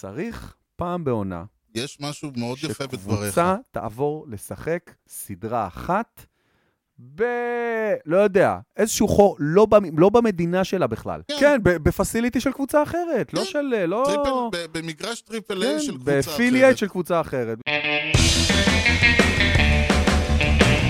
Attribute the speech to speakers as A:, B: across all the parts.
A: צריך פעם בעונה
B: יש משהו מאוד יפה בדבריך.
A: שקבוצה תעבור לשחק סדרה אחת ב... לא יודע, איזשהו חור, לא, במ... לא במדינה שלה בכלל.
B: כן.
A: כן, כן ב- בפסיליטי של קבוצה אחרת, לא
B: כן.
A: של... אה, לא...
B: טריפל, ב- במגרש טריפל איי של קבוצה אחרת.
A: באפיליאט כן, של קבוצה אחרת.
C: Drives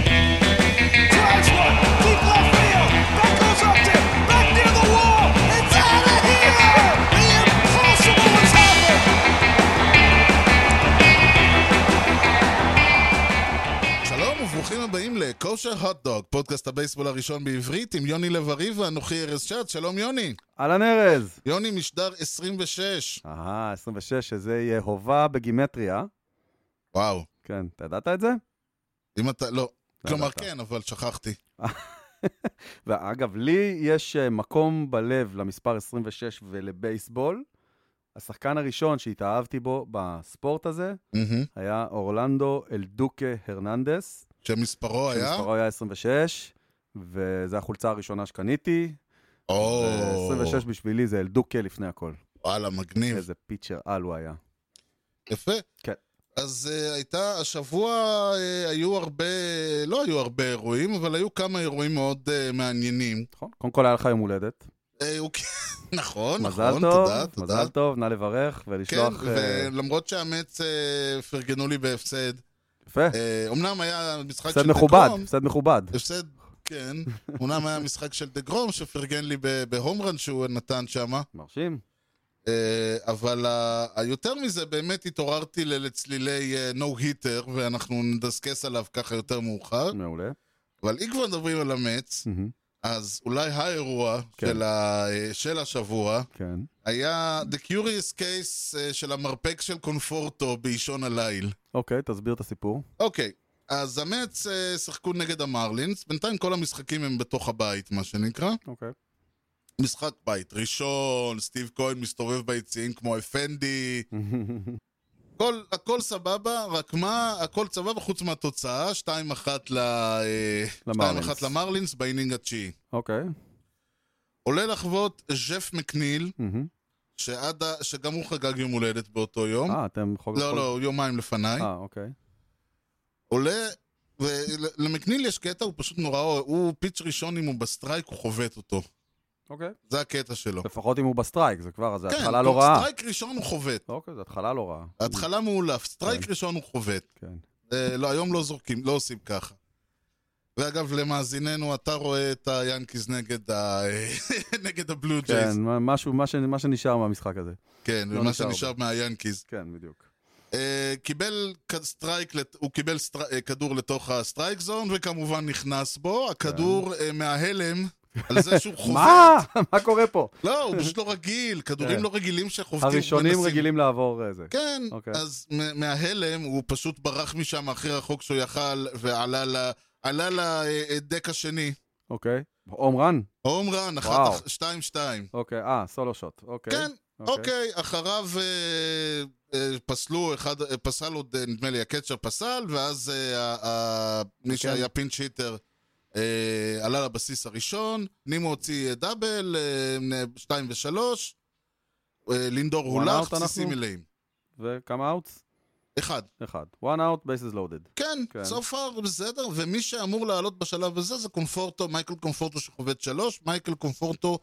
C: one, deep left field. That goes up to, back near the wall. It's out of here. The impossible has happened.
B: שלום וברוכים הבאים לכושר הוטדוג, פודקאסט הבייסבול הראשון בעברית עם יוני לב-ארי ואנוכי ארז שץ. שלום יוני.
A: אהלן ארז.
B: יוני משדר 26.
A: אהה, 26, שזה יהיה הובה בגימטריה.
B: וואו.
A: כן, אתה ידעת את זה?
B: אם אתה, לא. כלומר
A: ידעת.
B: כן, אבל שכחתי.
A: ואגב, לי יש אה, מקום בלב למספר 26 ולבייסבול. השחקן הראשון שהתאהבתי בו בספורט הזה
B: מהמם.
A: היה אורלנדו אלדוקה הרננדס.
B: שמספרו היה?
A: שמספרו היה 26, וזו החולצה הראשונה שקניתי.
B: או,
A: ו- 26 בשבילי זה אלדוקה לפני הכל.
B: וואלה, מגניב.
A: איזה פיצ'ר על הוא היה.
B: יפה.
A: כן.
B: אז uh, הייתה, השבוע uh, היו הרבה, לא היו הרבה אירועים, אבל היו כמה אירועים מאוד uh, מעניינים.
A: נכון? קודם כל היה לך יום הולדת.
B: אה, הוא- נכון,
A: מזל
B: נכון,
A: טוב,
B: תודה, תודה.
A: מזל טוב, נא לברך ולשלוח...
B: כן,
A: אה,
B: ולמרות שהמץ אה, פרגנו לי בהפסד,
A: יפה,
B: אה, אומנם היה משחק של
A: הפסד מכובד,
B: דגרום,
A: הפסד מכובד.
B: הפסד, כן, אומנם היה משחק של דגרום שפרגן לי ב- בהומרן שהוא נתן שם,
A: מרשים.
B: אה, אבל ה- היותר מזה באמת התעוררתי ל- לצלילי נו היטר, ואנחנו נדסקס עליו ככה יותר מאוחר,
A: מעולה.
B: אבל אם כבר מדברים על המץ,
A: מהמם,
B: אז אולי האירוע
A: כן.
B: של ה- אה, של השבוע,
A: כן.
B: היה The Curious Case אה, של המרפק של קונפורטו באישון הליל.
A: אוקיי, תסביר את הסיפור.
B: אוקיי, אז המץ אה, שיחקו נגד המרלינס, בינתיים כל המשחקים הם בתוך הבית, מה שנקרא.
A: אוקיי.
B: משחק בית ראשון, סטיב כהן מסתובב ביציעים כמו אפנדי, הכל, הכל סבבה, רק מה, הכל סבבה חוץ מהתוצאה, 2-1 ל... אה, 2-1 למרלינס באינינג התשיעי.
A: אוקיי.
B: עולה לחוות ז'ף מקניל,
A: מהמם.
B: שעד ה... שגם הוא חגג יום הולדת באותו יום.
A: אה, אתם חוק...
B: לא, לא, הוא יומיים לפניי.
A: אה, אוקיי.
B: עולה, ולמקניל יש קטע, הוא פשוט נורא, הוא פיץ' ראשון אם הוא בסטרייק, הוא חובט אותו.
A: אוקיי.
B: זה הקטע שלו.
A: לפחות אם הוא בסטרייק, זה כבר, זה
B: כן,
A: התחלה לא
B: הוא-
A: רעה.
B: סטרייק ראשון הוא חובט.
A: אוקיי, זו התחלה לא רעה.
B: התחלה מעולף, סטרייק
A: כן.
B: ראשון הוא חובט.
A: כן.
B: אה, לא, היום לא זורקים, לא עושים ככה. ואגב, למאזיננו, אתה רואה את היאנקיז נגד ה- נגד הבלו ג'ייז.
A: כן, מה- משהו, מה ש- מה שנשאר מהמשחק הזה.
B: כן,
A: לא
B: ומה
A: נשאר
B: שנשאר מהיאנקיז.
A: כן, בדיוק.
B: אה, קיבל כ- סטרייק, לת- הוא קיבל סטר- אה, כדור לתוך הסטרייק זון, וכמובן נכנס בו. הכדור אה, מההלם, על זה שהוא חובט.
A: כן. מה? מה קורה פה?
B: לא, הוא פשוט לא רגיל, כדורים
A: כן.
B: לא רגילים שחובטים.
A: הראשונים
B: מנסים-
A: רגילים לעבור אה, זה.
B: כן,
A: אוקיי.
B: אז מ- מההלם הוא פשוט ברח משם הכי רחוק שהוא יכל, ועלה ל- עלה לדק השני.
A: אוקיי. הום רן?
B: הום רן,
A: וואו.
B: אחת, אח- שתיים, שתיים.
A: אוקיי. אה, סולו שוט. אוקיי.
B: כן, אוקיי, אחריו אה, אה, פסלו, אחד, אה, פסל עוד, אה, נדמה לי, הקצ'ר פסל, ואז אה, ה- ה-
A: כן.
B: מי שהיה פינצ' היטר אה, עלה לבסיס הראשון, נימו הוציא אה, דאבל, אה, שתיים ושלוש, אה, לינדור
A: One
B: הולך,
A: out
B: בסיסים
A: אנחנו?
B: מלאים.
A: וכמה אאוטס?
B: אחד.
A: אחד. one out, bases loaded.
B: כן,
A: כן.
B: so far בסדר, ומי שאמור לעלות בשלב הזה זה קומפורטו, מייקל קומפורטו שחובט שלוש, מייקל קומפורטו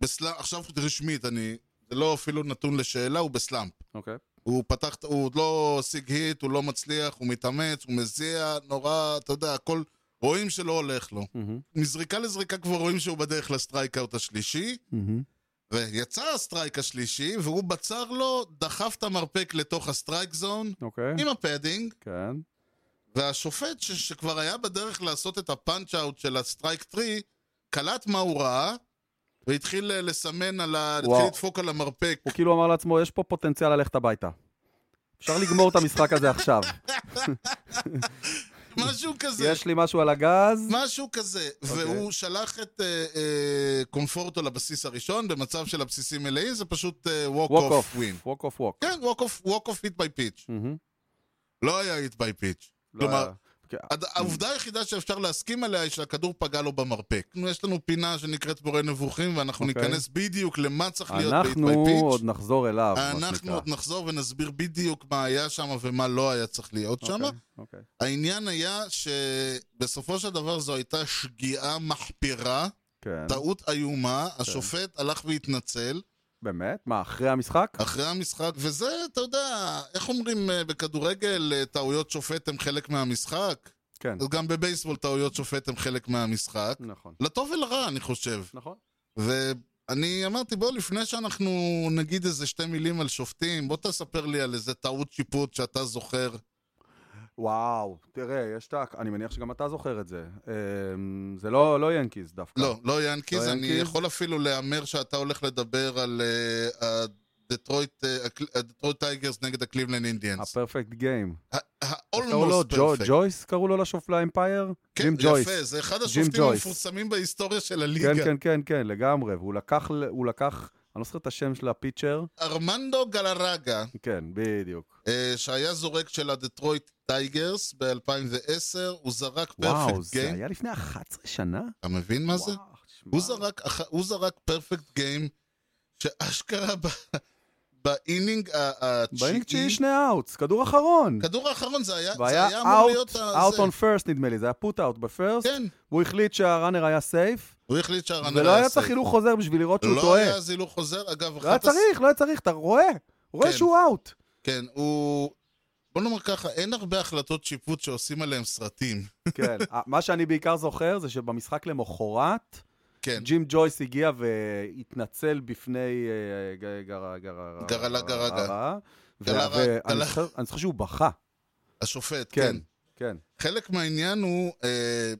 B: בסלאמפ, עכשיו רשמית, אני, זה לא אפילו נתון לשאלה, הוא בסלאמפ.
A: אוקיי.
B: הוא פתח, הוא עוד לא השיג היט, הוא לא מצליח, הוא מתאמץ, הוא מזיע, נורא, אתה יודע, הכל, רואים שלא הולך לו.
A: מהמם,
B: מזריקה לזריקה כבר רואים שהוא בדרך לסטרייקאוט השלישי,
A: מהמם.
B: ויצא הסטרייק השלישי, והוא בצר לו, דחף את המרפק לתוך הסטרייק זון,
A: אוקיי.
B: עם הפדינג,
A: כן.
B: והשופט ש- שכבר היה בדרך לעשות את הפאנצ' אאוט של הסטרייק טרי, קלט מה הוא ראה, והתחיל אה, לסמן על ה...
A: וואו.
B: התחיל לדפוק על המרפק.
A: הוא כאילו אמר לעצמו, יש פה פוטנציאל ללכת הביתה. אפשר לגמור את המשחק הזה עכשיו.
B: משהו כזה.
A: יש לי משהו על הגז?
B: משהו כזה, okay.
A: אוקיי.
B: והוא שלח את אה, אה, קומפורטו לבסיס הראשון, במצב של הבסיסים מלאים, זה פשוט אה,
A: ווק
B: ווק-אוף
A: אוף.
B: ווין.
A: ווק אוף ווק.
B: כן, ווק-אוף, ווק-אוף היט ביי פיץ'.
A: מהמם.
B: לא היה היט ביי פיץ'.
A: לא
B: כלומר,
A: היה. כן.
B: הד- העובדה היחידה שאפשר להסכים עליה היא שהכדור פגע לו במרפק. נו, יש לנו פינה שנקראת מורה נבוכים, ואנחנו
A: אוקיי.
B: ניכנס בדיוק למה צריך להיות
A: אנחנו
B: ב-hit by pitch.
A: עוד נחזור אליו, מה
B: אנחנו
A: שנקרא.
B: עוד נחזור ונסביר בדיוק מה היה שם ומה לא היה צריך להיות שם.
A: אוקיי, אוקיי.
B: העניין היה שבסופו של דבר זו הייתה שגיאה מחפירה,
A: כן,
B: טעות איומה, השופט הלך והתנצל
A: באמת? מה, אחרי המשחק?
B: אחרי המשחק, וזה, אתה יודע, איך אומרים אה, בכדורגל, אה, טעויות שופט הם חלק מהמשחק?
A: כן,
B: אז גם בבייסבול טעויות שופט הם חלק מהמשחק.
A: נכון.
B: לטוב ולרע, אני חושב.
A: נכון.
B: ואני אמרתי, בוא, לפני שאנחנו נגיד איזה שתי מילים על שופטים, בוא תספר לי על איזה טעות שיפוט שאתה זוכר.
A: כן. וואו, תראה, יש את ה... אני מניח שגם אתה זוכר את זה. אמ, זה לא לא ינקיז דווקא.
B: לא, לא ינקיז,
A: לא
B: אני
A: ינקיז.
B: יכול אפילו להמר שאתה הולך לדבר על אה, הדטרויט אה, הקל- הדטרויט טייגרס נגד הקליבלנד אינדיאנס.
A: הפרפקט גיים. קראו לו
B: ה-almost
A: ג'ו-
B: perfect.
A: גויס, קראו לו לשופט לאמפייר?
B: כן,
A: ג'ים ג'ויס.
B: יפה, זה אחד
A: ג'ים
B: השופטים
A: ג'ויס.
B: המפורסמים בהיסטוריה של הליגה.
A: כן, כן, כן, כן, לגמרי. והוא לקח, ל- הוא לקח, אני לא זוכר את השם של הפיצ'ר.
B: ארמנדו גלרגה,
A: כן, בדיוק.
B: אה, שהיה זורק של הדטרויט טייגרס ב-2010, הוא זרק
A: וואו,
B: פרפקט
A: זה
B: גיים.
A: היה לפני 11 שנה?
B: אתה מבין מה זה?
A: וואו, תשמע.
B: הוא זרק, אח- הוא זרק פרפקט גיים, שאשכרה ב- באינינג ה-
A: באינינג תשיעי
B: התשיעי,
A: שני אאוטס, כדור אחרון.
B: כדור האחרון זה היה, זה
A: והיה
B: היה אמור
A: אאוט,
B: להיות, ה-
A: אאוט
B: זה.
A: און פרסט נדמה לי, זה היה פוט אאוט בפרסט.
B: כן,
A: והוא החליט שהראנר היה סייף,
B: הוא החליט שהרנר
A: ולא היה
B: סייף.
A: צריך הילוך חוזר בשביל לראות שהוא
B: לא
A: טועה.
B: היה אז הילוך חוזר, אגב,
A: לא היה
B: אחת הס-
A: צריך, לא היה צריך, אתה רואה? הוא רואה
B: כן.
A: שהוא אאוט.
B: כן, הוא, בוא נאמר ככה, אין הרבה החלטות שיפוט שעושים עליהם סרטים,
A: כן, אה, מה שאני בעיקר זוכר זה שבמשחק למחרת,
B: כן.
A: ג'ים ג'ויס הגיע והתנצל בפני אה, ג- גרה- גרה-
B: גרלה גרגה.
A: גרה. ו-
B: גלרה-
A: ואני
B: גלה-
A: זוכר- אני זוכר שהוא בכה.
B: השופט,
A: כן,
B: כן.
A: כן.
B: חלק מהעניין הוא, אה,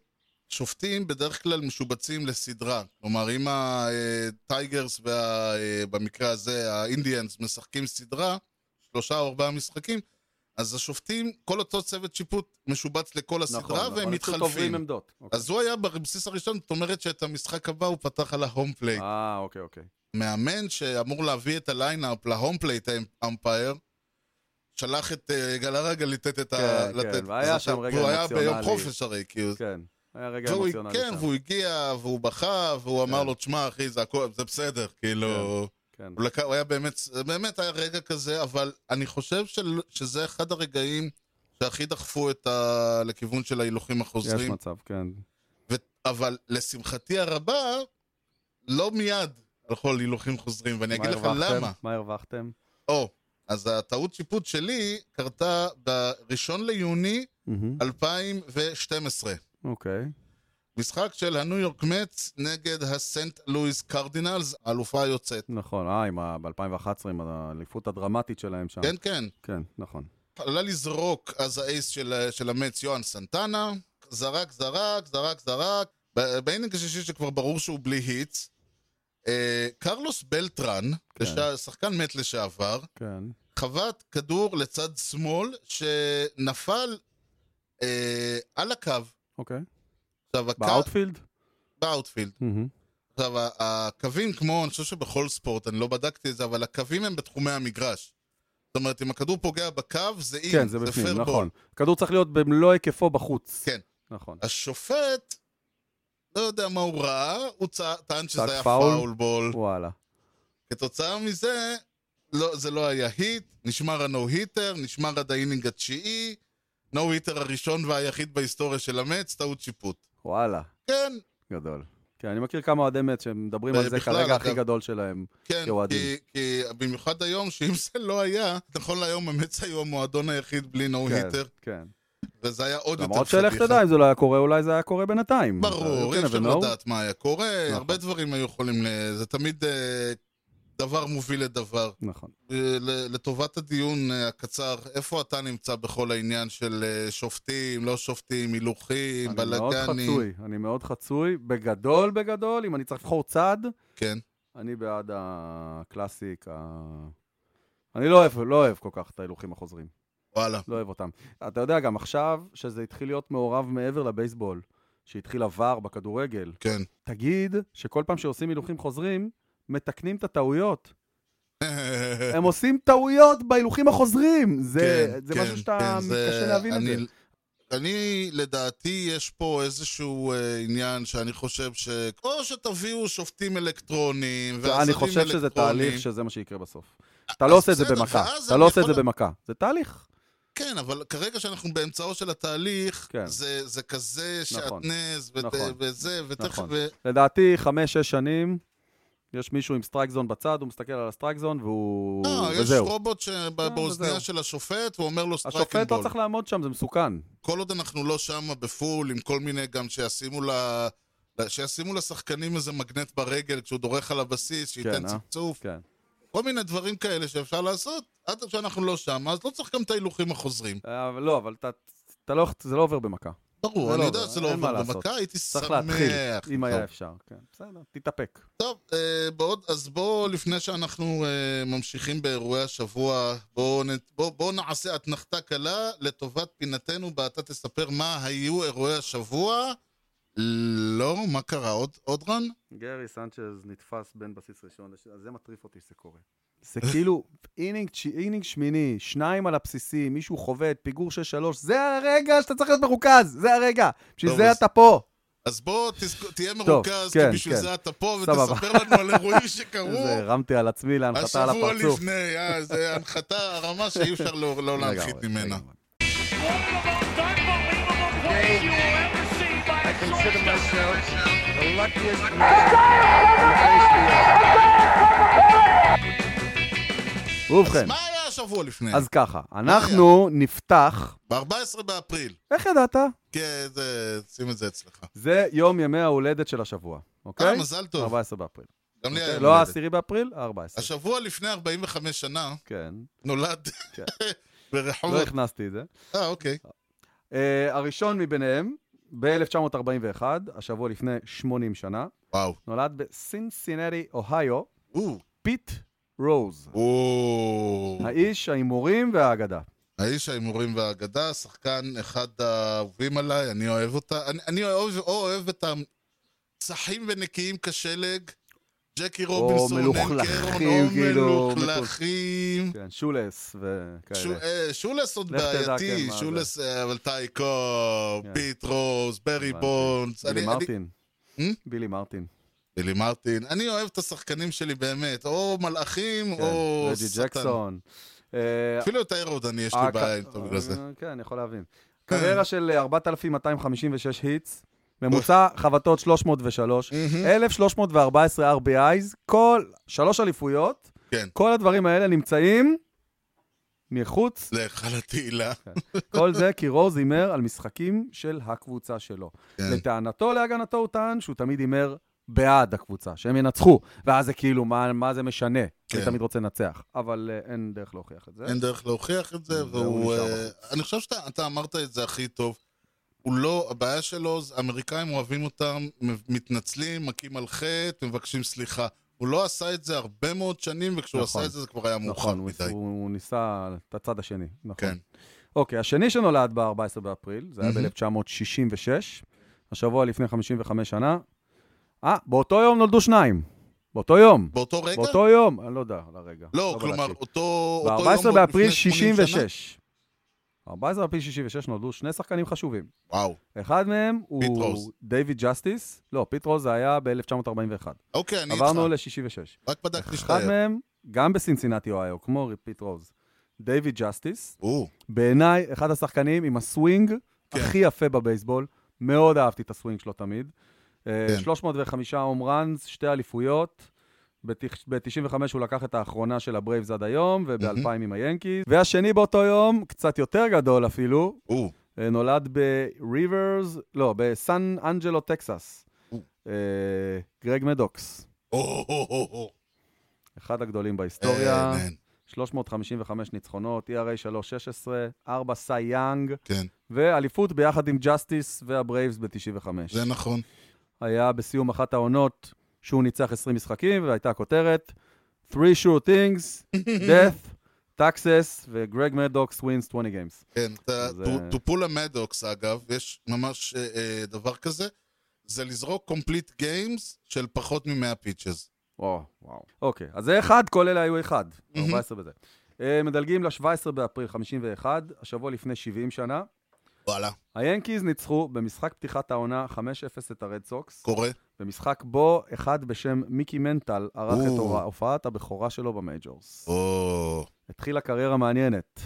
B: שופטים בדרך כלל משובצים לסדרה. כלומר, אם הטייגרס, וה, אה, במקרה הזה האינדיאנס, משחקים סדרה, שלושה או ארבעה משחקים, אז השופטים, כל אותו צוות שיפוט משובץ לכל הסדרה,
A: נכון, נכון.
B: והם
A: הם פשוט עוברים
B: מתחלפים.
A: עמדות. אוקיי.
B: אז הוא היה בבסיס הראשון, זאת אומרת שאת המשחק הבא הוא פתח על ההום פלייט.
A: אה, אוקיי, אוקיי.
B: מאמן שאמור להביא את הליינאפ להום פלייט אמפייר, שלח את אה, גלרגה לתת את ה...
A: כן,
B: לתת-
A: כן, והיה שם
B: והוא
A: רגע
B: היה ביום
A: אמוציונלי.
B: חופש הרי, כי הוא...
A: כן. היה רגע
B: והוא,
A: אמוציונלי
B: כן,
A: שם.
B: והוא הגיע, והוא בכה, והוא
A: כן.
B: אמר לו, תשמע, אחי, זה הכל, זה בסדר, כאילו...
A: כן.
B: הוא, לקח, הוא היה באמת, זה באמת היה רגע כזה, אבל אני חושב של, שזה אחד הרגעים שהכי דחפו את ה... לכיוון של ההילוכים
A: יש
B: החוזרים.
A: מצב, כן.
B: ו... אבל לשמחתי הרבה, לא מיד הלכו על הילוכים חוזרים, ואני
A: מה
B: אגיד לך
A: הרווחתם?
B: למה.
A: מה הרווחתם?
B: או, אז הטעות שיפוט שלי קרתה בראשון ליוני
A: מהמם.
B: Mm-hmm. 2012.
A: אוקיי.
B: משחק של הניו יורק מצ נגד הסנט לואיס קרדינלס, האלופה היוצאת.
A: נכון, אה, עם ה... ב-2011, עם האליפות הדרמטית שלהם שם.
B: כן, כן.
A: כן, נכון.
B: עלה לזרוק אז האייס של, של המץ יוהן סנטנה, זרק, זרק, זרק, זרק. ב- באינינג השישי שכבר ברור שהוא בלי היטס, אה, קרלוס בלטרן,
A: כן.
B: לש- שחקן מת לשעבר,
A: כן.
B: חבט כדור לצד שמאל שנפל אה, על הקו.
A: אוקיי.
B: עכשיו, הקו...
A: באאוטפילד?
B: באאוטפילד.
A: מהמם.
B: עכשיו, ה- הקווים, כמו, אני חושב שבכל ספורט, אני לא בדקתי את זה, אבל הקווים הם בתחומי המגרש. זאת אומרת, אם הכדור פוגע בקו, זה אין,
A: כן, זה בפנים,
B: fair
A: נכון.
B: ball.
A: כדור צריך להיות במלוא היקפו בחוץ.
B: כן.
A: נכון.
B: השופט, לא יודע מה הוא ראה, הוא צע- טען שזה
A: צעק
B: היה
A: פאול.
B: פאול בול.
A: וואלה.
B: כתוצאה מזה, לא, זה לא היה היט, נשמר הנו-היטר, נשמר עד האינינג התשיעי, נו-היטר הראשון והיחיד בהיסטוריה של המץ, טעות שיפוט.
A: וואלה.
B: כן,
A: גדול. כן, אני מכיר כמה אוהדי מת שמדברים על זה
B: ובכלל,
A: כרגע הכי
B: אגב-
A: גדול שלהם.
B: כן, כי,
A: כאוהדים.
B: כי במיוחד היום, שאם זה לא היה, נכון להיום המץ היו המועדון היחיד בלי נו
A: כן,
B: היטר,
A: כן.
B: וזה היה עוד יותר
A: למרות שלך תדע אם זה לא היה קורה, אולי זה היה קורה בינתיים.
B: ברור,
A: כן,
B: אי אפשר
A: אבל no.
B: לדעת מה היה קורה,
A: נכון.
B: הרבה דברים היו יכולים, ל... זה תמיד אה, דבר מוביל לדבר.
A: נכון.
B: אה, ל- לטובת הדיון אה, הקצר, איפה אתה נמצא בכל העניין של אה, שופטים, לא שופטים, הילוכים,
A: אני מאוד
B: בלאגנים?
A: חצוי, אני מאוד חצוי. בגדול, בגדול, אם אני צריך לבחור צד,
B: כן.
A: אני בעד הקלאסיק, ה... אני לא אוהב, לא אוהב כל כך את ההילוכים החוזרים.
B: וואלה.
A: לא אוהב אותם. אתה יודע, גם עכשיו, שזה התחיל להיות מעורב מעבר לבייסבול, שהתחיל עבר בכדורגל,
B: כן.
A: תגיד שכל פעם שעושים הילוכים חוזרים, מתקנים את הטעויות. הם עושים טעויות בהילוכים החוזרים! אה, זה,
B: כן,
A: זה
B: כן,
A: משהו שאתה
B: כן, זה-
A: מתקשה להבין את
B: אני-
A: זה.
B: אני, לדעתי, יש פה איזשהו אה, עניין שאני חושב ש... או שתביאו שופטים אלקטרוניים, ועשבים
A: אני חושב שזה
B: אלקטרוניים.
A: תהליך שזה מה שיקרה בסוף. אתה לא עושה את זה
B: בסדר,
A: במכה,
B: ואז
A: אתה
B: אני
A: לא עושה את
B: יכול
A: זה במכה. זה תהליך.
B: כן, אבל כרגע שאנחנו באמצעו של התהליך,
A: כן.
B: זה, זה כזה
A: נכון.
B: שעטנז, ות,
A: נכון.
B: וזה, ותכף... אה,
A: נכון.
B: ו...
A: לדעתי, חמש-שש שנים, יש מישהו עם סטרייק זון בצד, הוא מסתכל על הסטרייק זון, והוא...
B: לא, יש
A: וזהו.
B: רובוט שבאוזניה
A: אה, וזהו.
B: של השופט, הוא אומר לו סטרייק אנד
A: השופט לא
B: בול.
A: צריך לעמוד שם, זה מסוכן.
B: כל עוד אנחנו לא שם בפול, עם כל מיני גם שישימו ל... שישימו לשחקנים איזה מגנט ברגל כשהוא דורך על הבסיס, שייתן
A: כן, אה?
B: צפצוף,
A: כן.
B: כל מיני דברים כאלה שאפשר לעשות, עד שאנחנו לא שם, אז לא צריך גם את ההילוכים החוזרים.
A: אה, אבל לא, אבל אתה... אתה לא, זה לא עובר במכה.
B: ברור,
A: זה
B: אני
A: לא
B: יודע
A: עובר,
B: שזה לא
A: אין מה
B: עובר
A: לעשות.
B: במכה, הייתי שמח.
A: צריך להתחיל, אם
B: טוב.
A: היה אפשר. כן, בסדר, תתאפק.
B: טוב, אה, בעוד, אז בואו, לפני שאנחנו אה, ממשיכים באירועי השבוע, בואו בוא, בוא נעשה אתנחתה קלה לטובת פינתנו, בה אתה תספר מה היו אירועי השבוע. לא, מה קרה? עוד, עוד רן?
A: גרי סנצ'ז נתפס בין בסיס ראשון, לש- אז זה מטריף אותי שזה קורה. זה כאילו אינינג, צ'י- אינינג שמיני, שניים על הבסיסי, מישהו חובט, פיגור 6-3, זה הרגע שאתה צריך להיות מרוכז, זה הרגע. בשביל
B: טוב,
A: זה
B: אז-
A: אתה פה.
B: אז בוא, תזכ... תהיה מרוכז, כי
A: כן,
B: בשביל
A: כן.
B: זה אתה פה,
A: סבבה.
B: ותספר לנו על אירועים שקרו
A: איזה הרמתי על עצמי להנחתה על
B: אה, השבוע
A: הפרצוף.
B: לפני. אה, זה הנחתה, הרמה שאי אפשר לא, לא
A: לגמרי,
B: להנחית ממנה.
A: לגמרי.
D: One of the most unbelievable plays you will ever see by a
E: consider
D: shortstop.
E: myself the luckiest man.
A: ובכן,
B: מה היה השבוע לפני?
A: אז ככה, אנחנו נפתח,
B: ב-14 באפריל.
A: איך ידעת?
B: כן, זה- שים את זה אצלך.
A: זה יום ימי ההולדת של השבוע,
B: אה,
A: אוקיי?
B: מזל טוב.
A: 14 באפריל.
B: גם לי
A: אוקיי?
B: היה
A: לא
B: יום הולדת.
A: ה-10 באפריל, ה-14.
B: השבוע לפני 45 שנה
A: כן,
B: נולד
A: כן. לא
B: ברחובות...
A: הכנסתי את זה.
B: אה, אוקיי.
A: Uh, הראשון מביניהם, ב-1941, השבוע לפני 80 שנה,
B: וואו.
A: נולד בסינסינטי, אוהיו,
B: או,
A: פיט רוז.
B: או.
A: האיש, ההימורים והאגדה.
B: האיש ההימורים והאגדה, שחקן אחד האהובים עליי, אני אוהב אותה. אני- אני אוהב או אוהב את הצחים ונקיים כשלג, ג'קי רובינסון,
A: מלוכלכים, כאילו,
B: או מלוכלכים.
A: כן, שולס
B: שו-
A: וכאלה.
B: אה, שולס עוד
A: לך תדע, כן,
B: בעייתי,
A: מה זה.
B: שולס, אה, אבל טייקו,
A: כן.
B: פיט רוז, ברי
A: הבנתי.
B: בונדס.
A: בילי
B: אני- אני-
A: מרטין.
B: Hmm?
A: בילי מרטין.
B: בילי מרטין. אני אוהב את השחקנים שלי באמת, או מלאכים
A: כן,
B: או
A: רג'י
B: שטן.
A: ג'קסון. אה,
B: אפילו את האירודני יש
A: אה,
B: לי בעיה
A: ק-
B: עם טוב בגלל זה.
A: אה, כן, אני יכול להבין. קריירה של אה, 4,256 היטס, ממוצע חבטות 303,
B: מהמם.
A: 1,314 RBIs, כל, שלוש אליפויות,
B: כן.
A: כל הדברים האלה נמצאים מחוץ,
B: להיכל התהילה.
A: כל זה כי רוז הימר על משחקים של הקבוצה שלו.
B: כן.
A: לטענתו, להגנתו, הוא טען שהוא תמיד הימר בעד הקבוצה, שהם ינצחו, ואז זה כאילו, מה, מה זה משנה?
B: כן.
A: אני תמיד רוצה לנצח, אבל אה, אין דרך להוכיח את זה.
B: אין דרך להוכיח את זה,
A: והוא
B: והוא...
A: נשאר
B: אה,
A: בחוץ.
B: אני חושב שאתה אתה אמרת את זה הכי טוב. הוא לא, הבעיה שלו, זה האמריקאים אוהבים אותם, מ- מתנצלים, מכים על חטא, מבקשים סליחה. הוא לא עשה את זה הרבה מאוד שנים, וכשהוא
A: נכון.
B: עשה את זה זה כבר היה מאוחר
A: נכון, הוא,
B: מדי.
A: הוא, הוא ניסה את הצד השני, נכון.
B: כן.
A: אוקיי, השני שנולד ב-14 באפריל, זה היה
B: מהמם.
A: ב-1966, השבוע לפני 55 שנה. אה, באותו יום נולדו שניים. באותו יום.
B: באותו רגע?
A: באותו יום, אני לא יודע על הרגע.
B: לא, כלומר,
A: בדקתי.
B: אותו אותו יום...
A: ב-14
B: בו-
A: באפריל
B: לפני 80 שנה?
A: 66. ב-14 באפריל 66 נולדו שני שחקנים חשובים.
B: וואו.
A: אחד מהם
B: פיט
A: הוא
B: רוז.
A: דיוויד ג'סטיס, לא, פיט רוז זה היה ב-1941.
B: אוקיי, אני
A: עברנו
B: איתך.
A: ל-66.
B: רק בדקתי שאתה...
A: אחד
B: ער.
A: מהם, גם בסינסינטי אוהיו, כמו פיט רוז, דיוויד ג'סטיס,
B: או,
A: בעיניי, אחד השחקנים עם הסווינג
B: כן.
A: הכי יפה בבייסבול. מאוד אהבתי את הסווינג שלו תמיד. אה,
B: כן.
A: 305 הום ראנס, שתי אליפויות. ב-95 הוא לקח את האחרונה של הברייבס עד היום, וב-2000 עם היאנקיז. והשני באותו יום, קצת יותר גדול אפילו,
B: או.
A: אה, נולד בריברס, לא, בסן אנג'לו, טקסס.
B: או.
A: אה, גרג מדוקס,
B: או, או, או, או. אה,
A: אחד הגדולים בהיסטוריה.
B: אין, אין,
A: 355 ניצחונות, E ERA 316, 4 סי יאנג.
B: כן,
A: ואליפות ביחד עם ג'סטיס והברייבס ב-95.
B: זה נכון.
A: היה בסיום אחת העונות שהוא ניצח 20 משחקים, והייתה כותרת, Three sure things, death, taxes, וגרג מדוקס wins 20 games.
B: כן, אתה-
A: זה-
B: טו- טופולה מדוקס, אגב, יש ממש אה, אה, דבר כזה, זה לזרוק קומפליט גיימס של פחות מ-100 פיצ'ז.
A: וואו, וואו. אוקיי, אז זה אחד, כל אלה היו אחד. 14 בזה. אה, מדלגים ל-17 באפריל 51, השבוע לפני 70 שנה.
B: וואלה,
A: היאנקיז ניצחו במשחק פתיחת העונה 5-0 את הרד סוקס,
B: קורה.
A: במשחק בו אחד בשם מיקי מנטל ערך את
B: או.
A: הורא- הופעת הבכורה שלו במייג'ורס.
B: או,
A: התחילה קריירה מעניינת.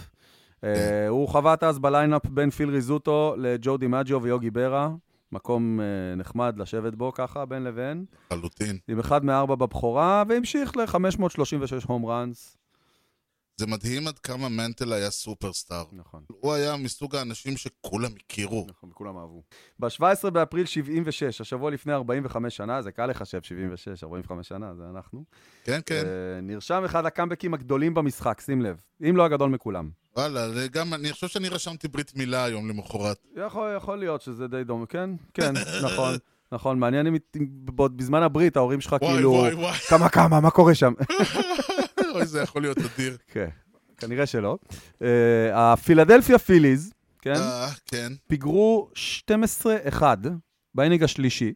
A: אה, הוא חבט אז בליינאפ בין פיל ריזוטו לג'ו דימג'יו ויוגי ברה, מקום אה, נחמד לשבת בו ככה, בין לבין.
B: חלוטין.
A: עם אחד מארבע בבכורה, והמשיך ל-536 הום ראנס.
B: זה מדהים עד כמה מנטל היה סופרסטאר.
A: נכון.
B: הוא היה מסוג האנשים שכולם הכירו.
A: נכון, וכולם אהבו. ב-17 באפריל 76, השבוע לפני 45 שנה, זה קל לחשב 76, 45 שנה, זה אנחנו.
B: כן, כן.
A: אה, נרשם אחד הקאמבקים הגדולים במשחק, שים לב. אם לא הגדול מכולם.
B: וואלה, זה גם, אני חושב שאני רשמתי ברית מילה היום למחרת.
A: יכול, יכול להיות שזה די דומה, כן? כן, נכון, נכון. מעניין אם אם ב- בזמן הברית ההורים שלך
B: וואי,
A: כאילו...
B: וואי, וואי,
A: כמה כמה, מה קורה שם?
B: אוי, זה יכול להיות אדיר.
A: כן, כנראה שלא. אה, הפילדלפיה פיליז, כן?
B: אה, כן,
A: פיגרו 12-1 באינינג השלישי,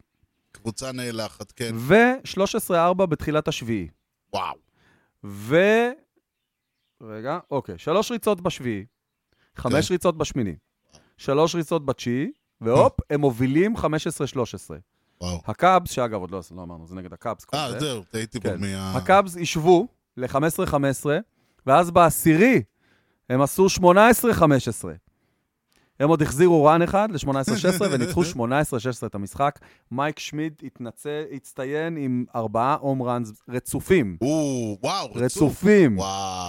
B: קבוצה נאלחת, כן.
A: ו-13-4 בתחילת השביעי.
B: וואו.
A: ו... רגע, אוקיי, שלוש ריצות בשביעי, חמש
B: כן.
A: ריצות בשמיני, שלוש ריצות בתשיעי, והופ, הם מובילים 15-13.
B: וואו.
A: הקאבס, שאגב, עוד לא, לא אמרנו, זה נגד הקאבס. כל
B: אה,
A: זה.
B: זהו, טעיתי פה
A: כן.
B: מה...
A: הקאבס ישבו ל-15-15, ואז בעשירי הם עשו 18-15. הם עוד החזירו רן אחד ל-18-16 וניצחו 18-16 את המשחק. מייק שמיד התנצל, הצטיין עם ארבעה הום ראנס רצופים.
B: או, וואו, רצוף.
A: רצופים.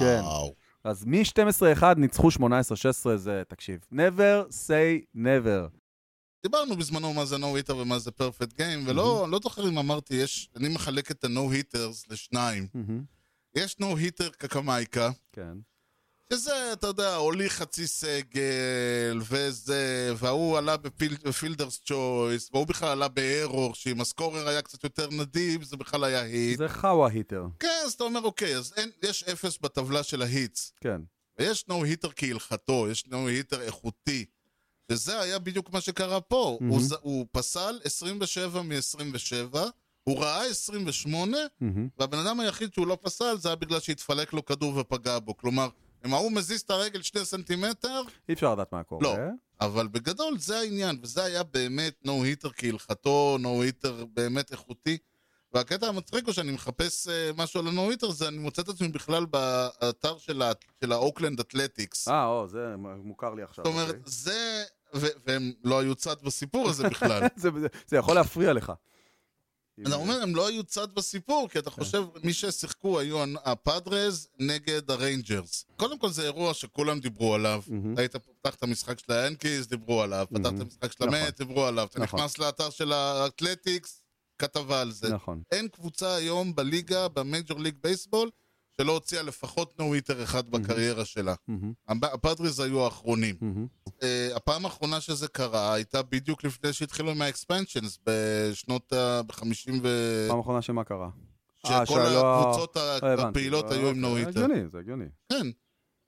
A: כן.
B: וואו.
A: אז מ-12-1 ניצחו 18-16, זה, תקשיב, never say never.
B: דיברנו בזמנו מה זה נו-היטר ומה זה פרפקט גיים, ולא, אני לא זוכר אם אמרתי, יש, אני מחלק את הנו-היטרס לשניים. יש נו-היטר קקמייקה,
A: כן.
B: שזה, אתה יודע, הוליך חצי סגל, וזה, וההוא עלה בפיל, בפילדרס צ'ויס, והוא בכלל עלה בארור, שאם הסקורר היה קצת יותר נדיב, זה בכלל היה היט.
A: זה חאווה היטר.
B: כן, אז אתה אומר, אוקיי, אז אין, יש אפס בטבלה של ההיטס.
A: כן.
B: ויש נו היטר כהלכתו, יש נו היטר איכותי. שזה היה בדיוק מה שקרה פה.
A: מהמם.
B: הוא, ז- הוא פסל 27 מ-27, הוא ראה 28,
A: מהמם.
B: והבן אדם היחיד שהוא לא פסל זה היה בגלל שהתפלק לו כדור ופגע בו. כלומר, אם ההוא מזיז את הרגל שני סנטימטר,
A: אי אפשר לדעת מה קורה.
B: לא. אבל בגדול זה העניין, וזה היה באמת נו היטר כהלכתו, נו היטר באמת איכותי. והקטע המצחיק הוא שאני מחפש אה, משהו על הנו היטר, זה אני מוצא את עצמי בכלל באתר של, ה- של האוקלנד אתלטיקס.
A: אה, או, זה מוכר לי עכשיו.
B: זאת אומרת,
A: אוקיי.
B: זה... ו- והם לא היו צד בסיפור הזה בכלל.
A: זה, זה, זה יכול להפריע לך.
B: אתה אומר, הם לא היו צד בסיפור,
A: כן.
B: כי אתה חושב, מי ששיחקו היו הנ- הפאדרז נגד הריינג'רס. קודם כל זה אירוע שכולם דיברו עליו.
A: מהמם.
B: אתה היית פתח את המשחק של היאנקיז, דיברו עליו. פתח את
A: מהמם.
B: המשחק של
A: נכון.
B: המט, דיברו עליו. אתה
A: נכון.
B: נכנס לאתר של האתלטיקס, כתבה על זה.
A: נכון.
B: אין קבוצה היום בליגה, במייג'ור ליג בייסבול, שלא הוציאה לפחות נו-היטר אחד בקריירה שלה.
A: מהמם,
B: המב- הפאדרז היו האחרונים.
A: מהמם.
B: אה, הפעם האחרונה שזה קרה הייתה בדיוק לפני שהתחילו עם האקספנשנס בשנות ה... ב-50 ו...
A: פעם אחרונה שמה קרה. אה,
B: שכל
A: שלא-
B: הקבוצות ה-
A: לא הבנתי.
B: הפעילות
A: אה,
B: היו עם
A: אוקיי,
B: נו היטר.
A: הגיוני, זה הגיוני.
B: כן.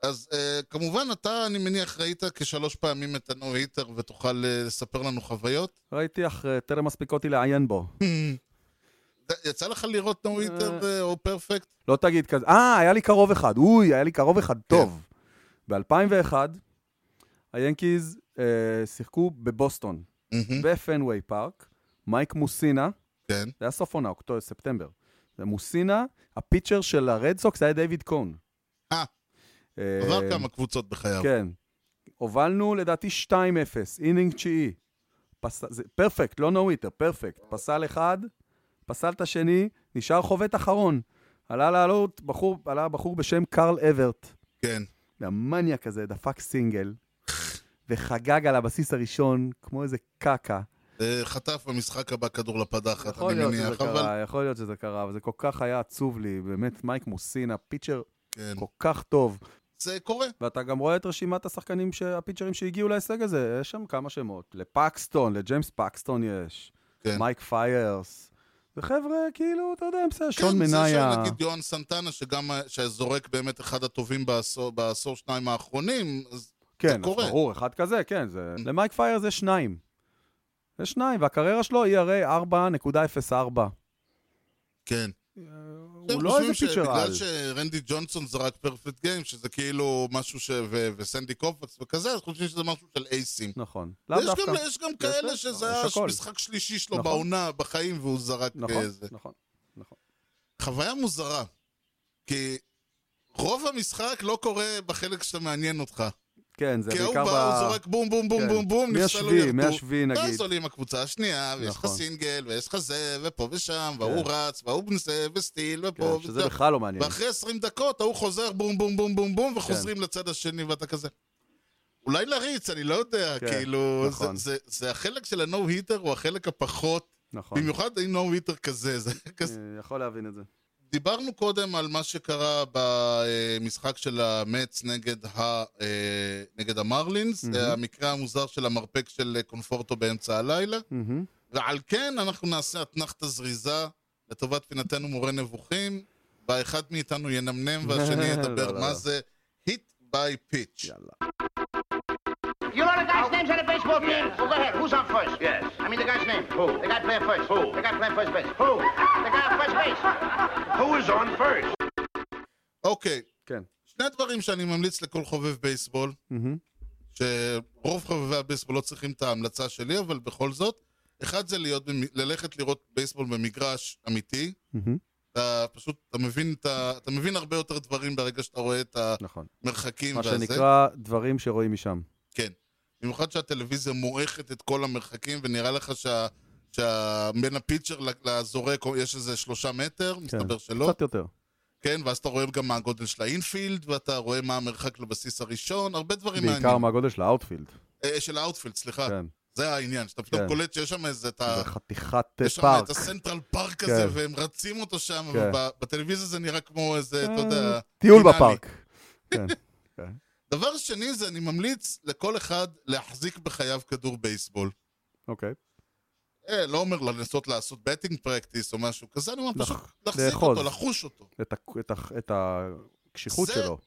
B: אז אה, כמובן אתה, אני מניח, ראית כשלוש פעמים את הנו היטר ותוכל אה, לספר לנו חוויות?
A: ראיתי אחרי, טרם מספיק אותי לעיין בו.
B: יצא לך לראות נו היטר אה, או פרפקט?
A: לא תגיד כזה, אה, היה לי קרוב אחד, אוי, היה לי קרוב
B: כן.
A: אחד טוב. ב-2001, היאנקיז אה, שיחקו בבוסטון,
B: מהמם,
A: בפנוויי פארק, מייק מוסינה,
B: כן.
A: זה היה סוף עונה, אוקטובר, ספטמבר. זה מוסינה, הפיצ'ר של הרד סוקס היה דיוויד קון.
B: אה. עבר כמה קבוצות בחייו.
A: כן. הובלנו לדעתי 2-0, אינינג תשיעי. פס- זה- פרפקט, לא נו היטר, פרפקט. פסל אחד, פסל את השני, נשאר חובט אחרון. עלה לעלות, בחור, עלה בחור בשם קרל אברט.
B: כן.
A: והמניאק הזה דפק סינגל, וחגג על הבסיס הראשון כמו איזה קקה.
B: אה, חטף במשחק הבא כדור לפדחת,
A: יכול
B: אני
A: להיות שזה
B: מניח, אבל...
A: קרה, יכול להיות שזה קרה, אבל זה כל כך היה עצוב לי, באמת, מייק מוסינה, פיצ'ר
B: כן.
A: כל כך טוב.
B: זה קורה.
A: ואתה גם רואה את רשימת השחקנים, ש- הפיצ'רים שהגיעו להישג הזה, יש שם כמה שמות. לפקסטון, לג'יימס פקסטון יש,
B: כן.
A: מייק פיירס. זה חבר'ה, כאילו, אתה יודע, הם בסדר, שון
B: כן, זה
A: מניה.
B: של נגיד יוהן סנטנה, שגם שזורק באמת אחד הטובים בעשור, בעשור שניים האחרונים, אז זה
A: כן, אז
B: קורה. Mm.
A: ברור, אחד כזה, כן. זה... למייק פיירס יש שניים. יש שניים, והקריירה שלו היא הרי 4.04.
B: כן.
A: הוא לא איזה פיצ'ר על.
B: בגלל שרנדי ג'ונסון זרק פרפקט גיים, שזה כאילו משהו ש... ו- וסנדי קופקס וכזה, אז חושבים שזה משהו של אייסים.
A: נכון. לאו
B: ויש
A: דווקא.
B: גם, יש גם כאלה שזה
A: יש הכל.
B: המשחק שלישי שלו
A: נכון.
B: בעונה, בחיים, והוא זרק
A: נכון,
B: איזה.
A: נכון, נכון.
B: חוויה מוזרה, כי רוב המשחק לא קורה בחלק שאתה מעניין אותך.
A: כן, זה
B: כי ההוא
A: בעיקר
B: בא, הוא
A: ב...
B: זורק בום בום בום
A: כן.
B: בום בום,
A: מי
B: נפסל לו
A: השביעי,
B: ירדו.
A: מי השביעי, נגיד.
B: ואז עולים הקבוצה השנייה, ויש לך
A: נכון.
B: סינגל, ויש לך זה, ופה ושם, וההוא
A: כן.
B: רץ, וההוא מנסה, וסטיל, ופה
A: כן, כן. שזה
B: ושם.
A: בכלל לא מעניין.
B: ואחרי 20 דקות ההוא חוזר בום בום בום בום בום, וחוזרים לצד השני, ואתה כזה. אולי לריץ, אני לא יודע,
A: כן,
B: כאילו, זה-
A: נכון.
B: זה- זה החלק של הנו-היטר הוא החלק הפחות,
A: נכון.
B: במיוחד עם נו-היטר כזה, זה כזה.
A: אני יכול להבין את זה.
B: דיברנו קודם על מה שקרה במשחק של המץ נגד, ה... אה, נגד המרלינס,
A: מהמם.
B: mm-hmm. המקרה המוזר של המרפק של קונפורטו באמצע הלילה,
A: מהמם.
B: ועל כן אנחנו נעשה אתנחתא זריזה לטובת פינתנו מורה נבוכים, והאחד מאיתנו ינמנם והשני ידבר
A: לא, לא,
B: מה
A: לא.
B: זה hit by pitch.
A: יאללה.
F: You know the guy's names on the baseball team? Well, go ahead. Who's on first? Yes. I mean the guy's name. Who? The guy playing first. Who? The guy playing first base. Who? The guy on first base.
E: Who is on first?
B: אוקיי,
A: כן.
B: שני דברים שאני ממליץ לכל חובב בייסבול,
A: מהמם.
B: שרוב חובבי הבייסבול לא צריכים את ההמלצה שלי, אבל בכל זאת, אחד זה להיות, במ- ללכת לראות בייסבול במגרש אמיתי.
A: מהמם.
B: אתה פשוט, אתה מבין, את ה- אתה מבין הרבה יותר דברים ברגע שאתה רואה את
A: נכון.
B: המרחקים
A: מה
B: והזה.
A: שנקרא, דברים שרואים משם.
B: כן. במיוחד שהטלוויזיה מועכת את כל המרחקים, ונראה לך שה... שה... בין הפיצ'ר ל- לזורק יש איזה שלושה מטר, מסתבר שלא.
A: כן. קצת יותר.
B: כן, ואז אתה רואה גם מה הגודל של האינפילד, ואתה רואה מה המרחק לבסיס הראשון, הרבה דברים
A: בעיקר מהגודל של האוטפילד.
B: אה, של האוטפילד, סליחה.
A: כן.
B: זה העניין, שאתה פתאום
A: כן.
B: קולט שיש שם איזה... את ה-
A: זה חתיכת אה,
B: יש שם
A: פארק.
B: את הסנטרל פארק הזה,
A: כן.
B: והם רצים אותו שם,
A: כן. אה.
B: ובטלוויזיה זה נראה כמו איזה, אתה יודע...
A: טיול
B: פינאלי.
A: בפארק. כן. כן.
B: דבר שני זה, אני ממליץ לכל אחד להחזיק בחייו כדור בייסבול.
A: אוקיי.
B: אה, לא אומר לנסות לעשות בטינג פרקטיס או משהו כזה, אני אומר
A: לח-
B: פשוט להחזיק
A: לאחוז.
B: אותו, לחוש אותו.
A: את ה- את ה- את הקשיחות
B: זה-
A: שלו.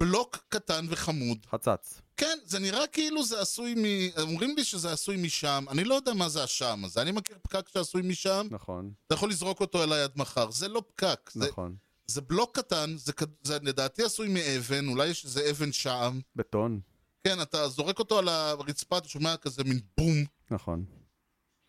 B: בלוק קטן וחמוד.
A: חצץ.
B: כן, זה נראה כאילו זה עשוי מ... אומרים לי שזה עשוי משם, אני לא יודע מה זה השם הזה. אני מכיר פקק שעשוי משם,
A: נכון.
B: אתה יכול לזרוק אותו אליי עד מחר. זה לא פקק, זה,
A: נכון.
B: זה בלוק קטן, זה, כד- זה לדעתי עשוי מאבן, אולי יש איזה אבן שעם.
A: בטון.
B: כן, אתה זורק אותו על הרצפה, אתה שומע כזה מין בום.
A: נכון.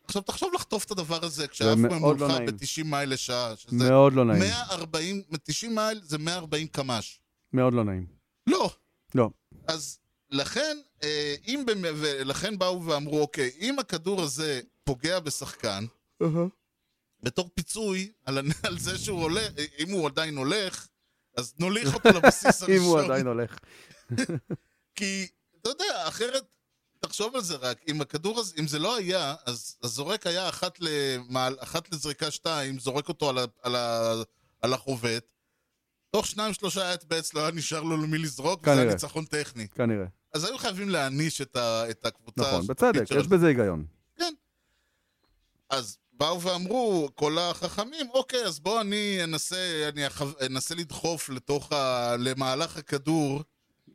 B: עכשיו תחשוב לחטוף את הדבר הזה כשעף
A: מאוד לא
B: ממולך
A: נעים.
B: ב-90 מייל לשעה, שזה
A: מאוד לא נעים.
B: 140, 90 מייל זה 140 קמ"ש.
A: מאוד לא נעים.
B: לא.
A: לא.
B: אז לכן, אה, אם במ... ולכן באו ואמרו, אוקיי, אם הכדור הזה פוגע בשחקן, בתור פיצוי על, ה- על זה שהוא הולך, אם הוא עדיין הולך, אז נוליך אותו לבסיס הראשון.
A: אם הוא עדיין הולך.
B: כי, אתה יודע, אחרת, תחשוב על זה רק, אם הכדור הזה, אם זה לא היה, אז הזורק היה אחת, למעל, אחת לזריקה שתיים, זורק אותו על, ה, על, ה, על החובט, תוך שניים שלושה היה את בעץ, לא היה נשאר לו למי לזרוק, וזה היה
A: כנראה.
B: ניצחון טכני.
A: כנראה.
B: אז היו חייבים להעניש את, ה, את הקבוצה.
A: נכון.
B: של
A: בצדק.
B: הפיצ'ר
A: יש בזה היגיון.
B: אז באו ואמרו, כל החכמים, אוקיי, אז בוא אני אנסה, אני אחו- אנסה לדחוף לתוך ה... למהלך הכדור
A: את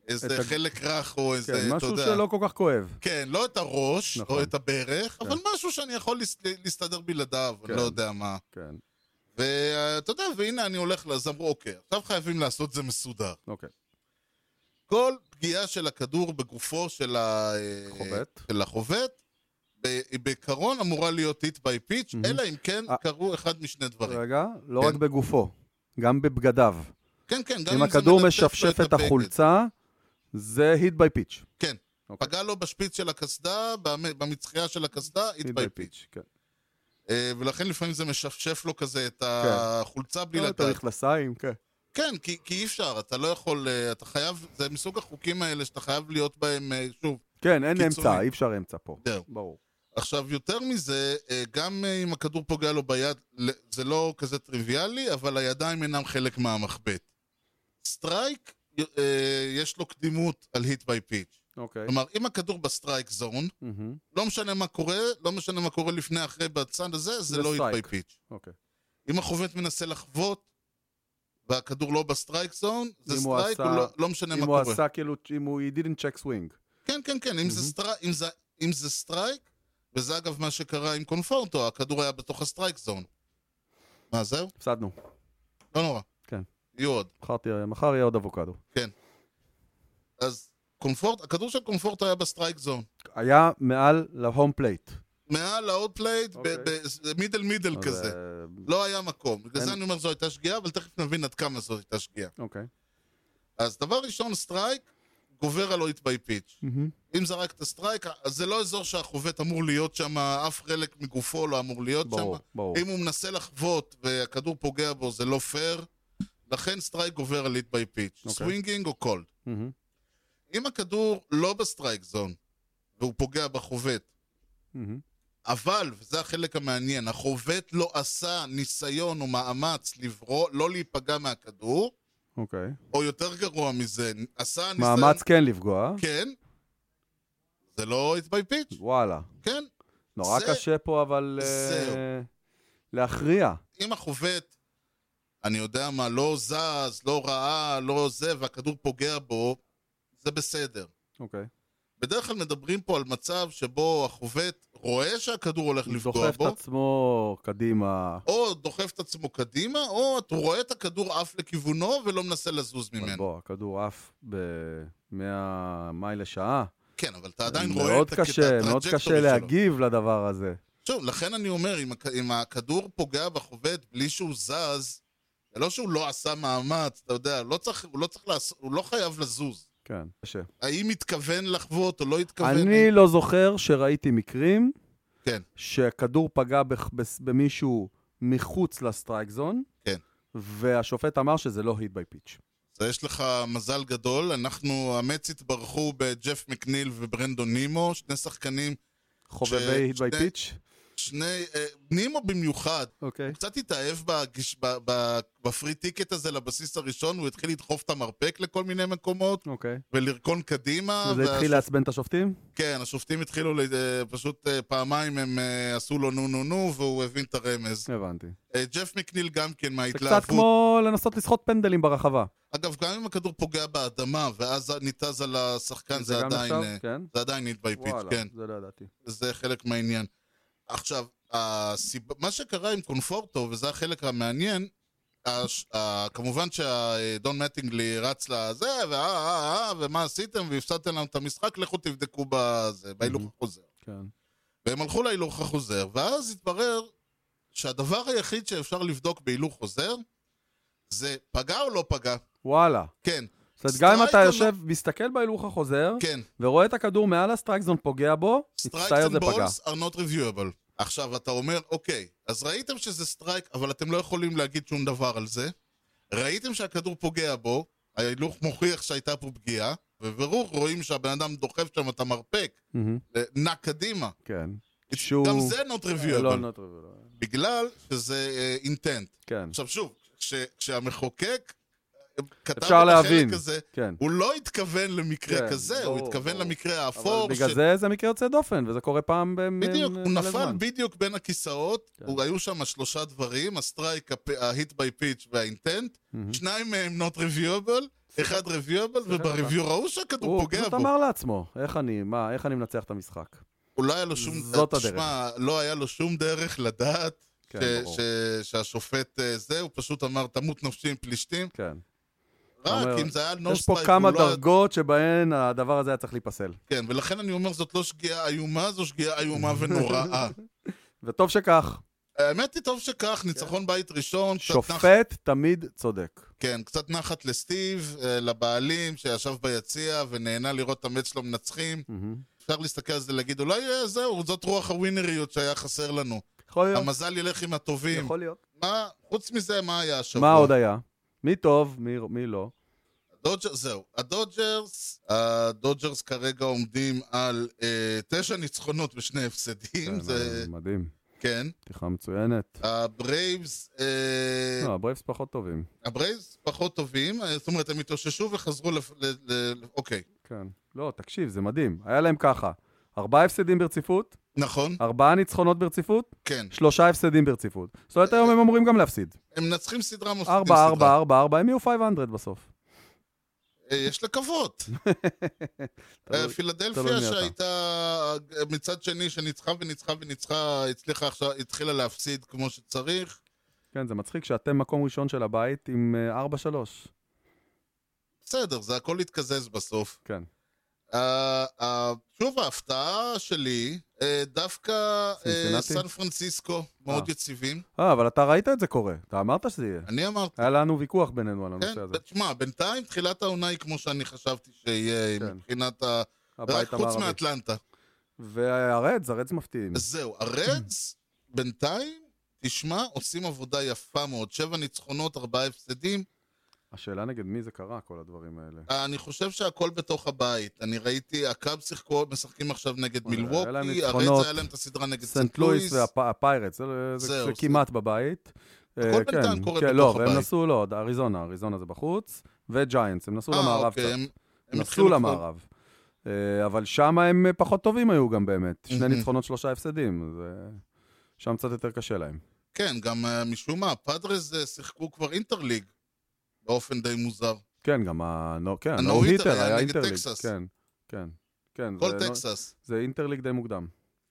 B: איזה
A: ה-
B: חלק רך או איזה,
A: כן.
B: אתה
A: משהו
B: יודע.
A: שלא כל כך כואב.
B: כן, לא את הראש,
A: נכון.
B: או את הברך, אבל משהו שאני יכול להס- להסתדר בלעדיו,
A: כן.
B: אני לא יודע מה.
A: כן.
B: ואתה יודע, והנה אני הולך, אז אמרו, אוקיי, עכשיו חייבים לעשות זה מסודר.
A: אוקיי.
B: אה, כל פגיעה של הכדור בגופו של, ה... אה,
A: חובט.
B: של החובט, ב- היא בעיקרון אמורה להיות hit by pitch,
A: מהמם.
B: אלא אם כן
A: אה.
B: קרו אחד משני דברים.
A: רגע. לא
B: כן.
A: רק בגופו. גם בבגדיו.
B: כן, כן, גם
A: אם
B: זה לא
A: הכדור
B: מלטף לו
A: משפשף את
B: הבגד.
A: החולצה, זה hit by pitch.
B: כן.
A: אוקיי.
B: פגע לו בשפיץ של הקסדה, במ- במצחייה של הקסדה, hit
A: hit
B: by pitch.
A: כן.
B: אה, ולכן לפעמים זה משפשף לו כזה את החולצה בלי
A: כן. לא, את
B: לדעת.
A: המכנסיים, כן.
B: כן, כי, כי אי אפשר, אתה לא יכול, אה, אתה חייב, זה מסוג החוקים האלה שאתה חייב להיות בהם, אה, שוב,
A: כן, אין
B: קיצוני.
A: אמצע, אי אפשר אמצע פה.
B: זהו.
A: ברור.
B: עכשיו, יותר מזה, אה, גם אה, אם הכדור פוגע לו ביד, ל- זה לא כזה טריוויאלי, אבל הידיים אינם חלק מהמחבט. סטרייק, אה, יש לו קדימות על היט ביי פיץ'.
A: אוקיי.
B: כלומר, אם הכדור בסטרייק זון,
A: מהמם,
B: לא משנה מה קורה, לא משנה מה קורה לפני, אחרי, בצד הזה, זה
A: זה
B: לא היט ביי
A: סטרייק.
B: פיץ'.
A: אוקיי.
B: אם החובט מנסה לחבוט, והכדור לא בסטרייק זון, זה
A: אם הוא
B: סטרייק,
A: עשה-
B: הוא לא- לא משנה
A: אם
B: מה
A: הוא
B: קורה.
A: עשה כאילו, אם הוא he didn't check swing.
B: כן, כן, כן, אם, זה
A: מהמם.
B: סטרי... אם, זה... אם זה סטרייק, וזה אגב מה שקרה עם קונפורטו, הכדור היה בתוך הסטרייק זון. מה, זהו?
A: הפסדנו.
B: לא נורא.
A: כן.
B: יהיו עוד.
A: מחר תהיה- מחר יהיה עוד אבוקדו.
B: אז קומפורט, הכדור של קומפורט היה בסטרייק זון.
A: היה מעל להום פלייט.
B: מעל האוד פלייט,
A: אוקיי.
B: מידל מידל כזה.
A: אה,
B: לא היה מקום. בגלל
A: אין.
B: זה אני אומר זו הייתה שגיאה, אבל תכף נבין עד כמה זו הייתה שגיאה.
A: אוקיי.
B: אז דבר ראשון, סטרייק גובר על אוהד בי פיץ'. אם זרקת סטרייק, אז זה לא אזור שהחובט אמור להיות שם, אף חלק מגופו לא אמור להיות שם.
A: ברור, ברור.
B: אם הוא מנסה לחבוט והכדור פוגע בו, זה לא פייר. לכן סטרייק גובר על ליט בי פיץ'.
A: אוקיי.
B: סווינגינג או קולד.
A: מהמם.
B: אם הכדור לא בסטרייק זון, והוא פוגע בחובט,
A: מהמם.
B: אבל, וזה החלק המעניין, החובט לא עשה ניסיון או מאמץ לברוא, לא להיפגע מהכדור,
A: אוקיי.
B: או יותר גרוע מזה, עשה ניסיון...
A: מאמץ כן לפגוע.
B: כן. זה לא hit by pitch,
A: וואלה.
B: כן.
A: נורא
B: זה-
A: קשה פה, אבל... אה,
B: זהו.
A: להכריע.
B: אם החובט, אני יודע מה, לא זז, לא ראה, לא זה, והכדור פוגע בו, זה בסדר.
A: אוקיי.
B: בדרך כלל מדברים פה על מצב שבו החובט רואה שהכדור הולך לפגוע
A: דוחף
B: בו,
A: את עצמו קדימה.
B: או דוחף את עצמו קדימה, או אתה רואה את הכדור עף לכיוונו ולא מנסה לזוז
A: אבל
B: ממנו.
A: בוא, הכדור עף ב-100 מייל לשעה.
B: כן, אבל אתה עדיין רואה
A: מאוד
B: את הקטע-
A: קשה, מאוד
B: הטראג'קטורי
A: קשה
B: שלו.
A: להגיב לדבר הזה.
B: שוב, לכן אני אומר, אם, הכ- אם הכדור פוגע בחובט בלי שהוא זז, זה לא שהוא לא עשה מאמץ, אתה יודע, לא צריך, הוא, לא צריך לעש, הוא לא חייב לזוז.
A: כן, קשה.
B: האם התכוון לחבוט או לא התכוון?
A: אני לא זוכר שראיתי מקרים
B: כן.
A: שהכדור פגע בח- בס- במישהו מחוץ לסטרייק זון,
B: כן.
A: והשופט אמר שזה לא היט ביי פיץ'.
B: אז יש לך מזל גדול, אנחנו, המץ התברכו בג'ף מקניל וברנדון נימו, שני שחקנים,
A: חובבי היט ביי
B: שני-
A: פיץ'?
B: שני, אה, נימו במיוחד,
A: אוקיי.
B: הוא קצת התאהב בגיש, ב, ב, בפרי טיקט הזה לבסיס הראשון, הוא התחיל לדחוף את המרפק לכל מיני מקומות,
A: אוקיי.
B: ולרקון קדימה.
A: וזה התחיל לעצבן את השופטים?
B: כן, השופטים התחילו, ל- אה, פשוט אה, פעמיים הם אה, עשו לו נו נו נו, והוא הבין את הרמז.
A: הבנתי.
B: אה, ג'ף מקניל גם כן
A: זה קצת
B: מההתלהבות.
A: כמו לנסות לסחוט פנדלים ברחבה.
B: אגב, גם אם הכדור פוגע באדמה, ואז ניתז על השחקן, זה
A: גם
B: עדיין...
A: נחשב?
B: אה,
A: כן?
B: זה עדיין need by pitch,
A: וואלה,
B: כן.
A: זה לא ידעתי.
B: זה חלק מהעניין. עכשיו, הסיב... מה שקרה עם קונפורטו, וזה החלק המעניין, הש... ה... כמובן שדון מטינגלי רץ לזה, ואה, אה, אה, ומה עשיתם, והפסדתם לנו את המשחק, לכו תבדקו בזה, בהילוך
A: Mhm.
B: החוזר.
A: כן.
B: והם הלכו להילוך החוזר, ואז התברר שהדבר היחיד שאפשר לבדוק בהילוך חוזר זה פגע או לא פגע.
A: וואלה.
B: כן,
A: זאת אומרת, גם אם אתה
B: סטרייק או
A: יושב, מסתכל בהילוך החוזר,
B: כן.
A: ורואה את הכדור מעל הסטרייק זון פוגע בו,
B: Strikes
A: מצטער זה
B: and
A: פגע.
B: balls are not reviewable. עכשיו, אתה אומר, אוקיי, אז ראיתם שזה סטרייק, אבל אתם לא יכולים להגיד שום דבר על זה. ראיתם שהכדור פוגע בו, ההילוך מוכיח שהייתה פה פגיעה, בבירור רואים שהבן אדם דוחף שם את המרפק,
A: מהמם,
B: אה, נע קדימה.
A: כן. שהוא...
B: גם זה not reviewable,
A: לא, לא, לא, לא.
B: בגלל שזה אינטנט.
A: כן,
B: עכשיו שוב, כש- כשהמחוקק אה, כתב את
A: אפשר להבין.
B: החלק הזה,
A: כן.
B: הוא לא התכוון למקרה
A: כן,
B: כזה, הוא
A: ברור,
B: התכוון
A: ברור.
B: למקרה האפור.
A: אבל בגלל
B: ש-
A: זה זה מקרה יוצא דופן, וזה קורה פעם ב...
B: בדיוק, הוא
A: אה, מלא
B: נפל
A: זמן.
B: בדיוק בין הכיסאות,
A: כן.
B: הוא- היו שם שלושה דברים, הסטרייק, הפ- ההיט ביי פיץ' והאינטנט,
A: מהמם.
B: שניים מהם not reviewable, אחד reviewable, וברביו ראו שהכדור
A: הוא
B: פוגע
A: פשוט
B: בו.
A: אמר לעצמו, איך אני, מה, איך אני מנצח את המשחק?
B: הוא לא היה לו שום...
A: זאת
B: תשמע, לא היה לו שום דרך לדעת
A: כן,
B: ש-
A: ברור.
B: ש- שהשופט אה, זה, הוא פשוט אמר, תמות נפשי עם פלישתים,
A: כן.
B: רק
A: אומר,
B: אם זה היה נו
A: יש פה
B: סטרייק,
A: כמה
B: הוא לא היה...
A: דרגות שבהן הדבר הזה היה צריך להיפסל.
B: כן, ולכן אני אומר, זאת לא שגיאה איומה, זו שגיאה איומה ונוראה.
A: וטוב שכך,
B: האמת היא, טוב שכך, ניצחון בית ראשון, קצת נחת
A: כן. שופט תמיד צודק.
B: כן, קצת נחת לסטיב, אה, לבעלים שישב ביציע ונהנה לראות את המץ שלו מנצחים.
A: מהמם.
B: אפשר להסתכל על זה ולהגיד, אולי אה, זהו, זאת רוח הווינריות שהיה חסר לנו.
A: יכול להיות,
B: המזל ילך עם הטובים.
A: יכול להיות.
B: מה, חוץ מזה, מה היה השבוע?
A: מה עוד היה? מי טוב, מי- מי לא?
B: הדודג'רס, זהו. הדודג'רס, הדודג'רס כרגע עומדים על אה, תשע ניצחונות ושני הפסדים,
A: כן,
B: זה...
A: מדהים,
B: כן.
A: פתיחה מצוינת.
B: הברייבס, אה,
A: לא, הברייבס פחות טובים.
B: הברייבס פחות טובים, אה, זאת אומרת, הם התאוששו וחזרו ל... ל- ל- אוקיי,
A: כן. לא, תקשיב, זה מדהים. היה להם ככה, ארבעה הפסדים ברציפות,
B: נכון,
A: ארבעה ניצחונות ברציפות,
B: כן.
A: שלושה הפסדים ברציפות. זאת אומרת, היום הם אמורים גם להפסיד.
B: הם מנצחים סדרה, מפסידים
A: ארבע,
B: סדרה.
A: ארבע, ארבע, ארבע, הם יהיו 500 בסוף.
B: אה, יש לקוות.
A: תלוי-
B: אה,
A: תלוי
B: פילדלפיה
A: מי לא- אתה. לא
B: שהייתה אה, מצד שני שניצחה וניצחה וניצחה, הצליחה עכשיו, התחילה להפסיד כמו שצריך.
A: כן, זה מצחיק שאתם מקום ראשון של הבית עם אה, 4-3.
B: בסדר, זה הכל התקזז בסוף.
A: כן.
B: אה, אה, שוב, ההפתעה שלי, אה, דווקא אה,
A: סינסינטי?
B: סן פרנסיסקו, מאוד
A: אה.
B: יציבים.
A: אה, אבל אתה ראית את זה קורה. אתה אמרת שזה יהיה.
B: אני אמרתי.
A: היה לנו ויכוח בינינו על הנושא הזה.
B: כן, תשמע, בינתיים תחילת העונה היא כמו שאני חשבתי שיהיה,
A: כן.
B: מבחינת ה... רק
A: הבית
B: חוץ
A: המערבי.
B: מאטלנטה.
A: והרדס, הרדס מפתיעים.
B: אז זהו, הרדס, בינתיים, תשמע, עושים עבודה יפה מאוד. שבע ניצחונות, ארבעה הפסדים.
A: השאלה נגד מי זה קרה, כל הדברים האלה.
B: אני חושב שהכל בתוך הבית. אני ראיתי, הקאב שיחקו, משחקים עכשיו נגד
A: וואלה, היה להם
B: מילווקי,
A: ניצחונות.
B: הרדס היה להם את הסדרה נגד
A: סנט לואיס
B: והפ...
A: והפיירטס,
B: זהו,
A: זה
B: זה-
A: כמעט בבית.
B: הכל
A: אה,
B: בינתיים
A: כן,
B: קורה
A: כן,
B: בתוך
A: לא, והם
B: הבית.
A: נסעו, לא, אריזונה, אריזונה זה בחוץ, וג'יינטס, הם נסעו למערב קצת.
B: אה, אוקיי, הם,
A: הם
B: התחילו
A: נסעו למערב. אה, אבל שם הם אה, פחות טובים היו גם באמת. שני
B: מהמם.
A: ניצחונות, שלושה הפסדים. זה- שם קצת יותר קשה להם.
B: כבר- כן, גם אה, משום מה, הפאדרס אה, שיחקו כבר אינטרליג, באופן די מוזר.
A: כן, גם הנו- כן,
B: ה-no
A: נו
B: hitter
A: היטר
B: היה
A: היה
B: נגד
A: אינטרליג.
B: טקסס.
A: כן, כן, כן.
B: כל
A: זה-
B: טקסס,
A: זה אינטרליג די מוקדם.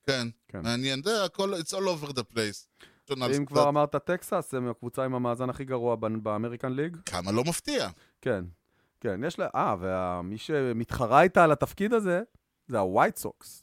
B: כן.
A: כן.
B: מעניין, זה הכל, it's all over the place. שונה
A: אם
B: קצת.
A: כבר אמרת טקסס, הם הקבוצה עם המאזן הכי גרוע בנ- באמריקן ליג.
B: כמה לא מפתיע.
A: כן, כן, יש לה... אה, ומי שמתחרה איתה על התפקיד הזה, זה הווייט סוקס,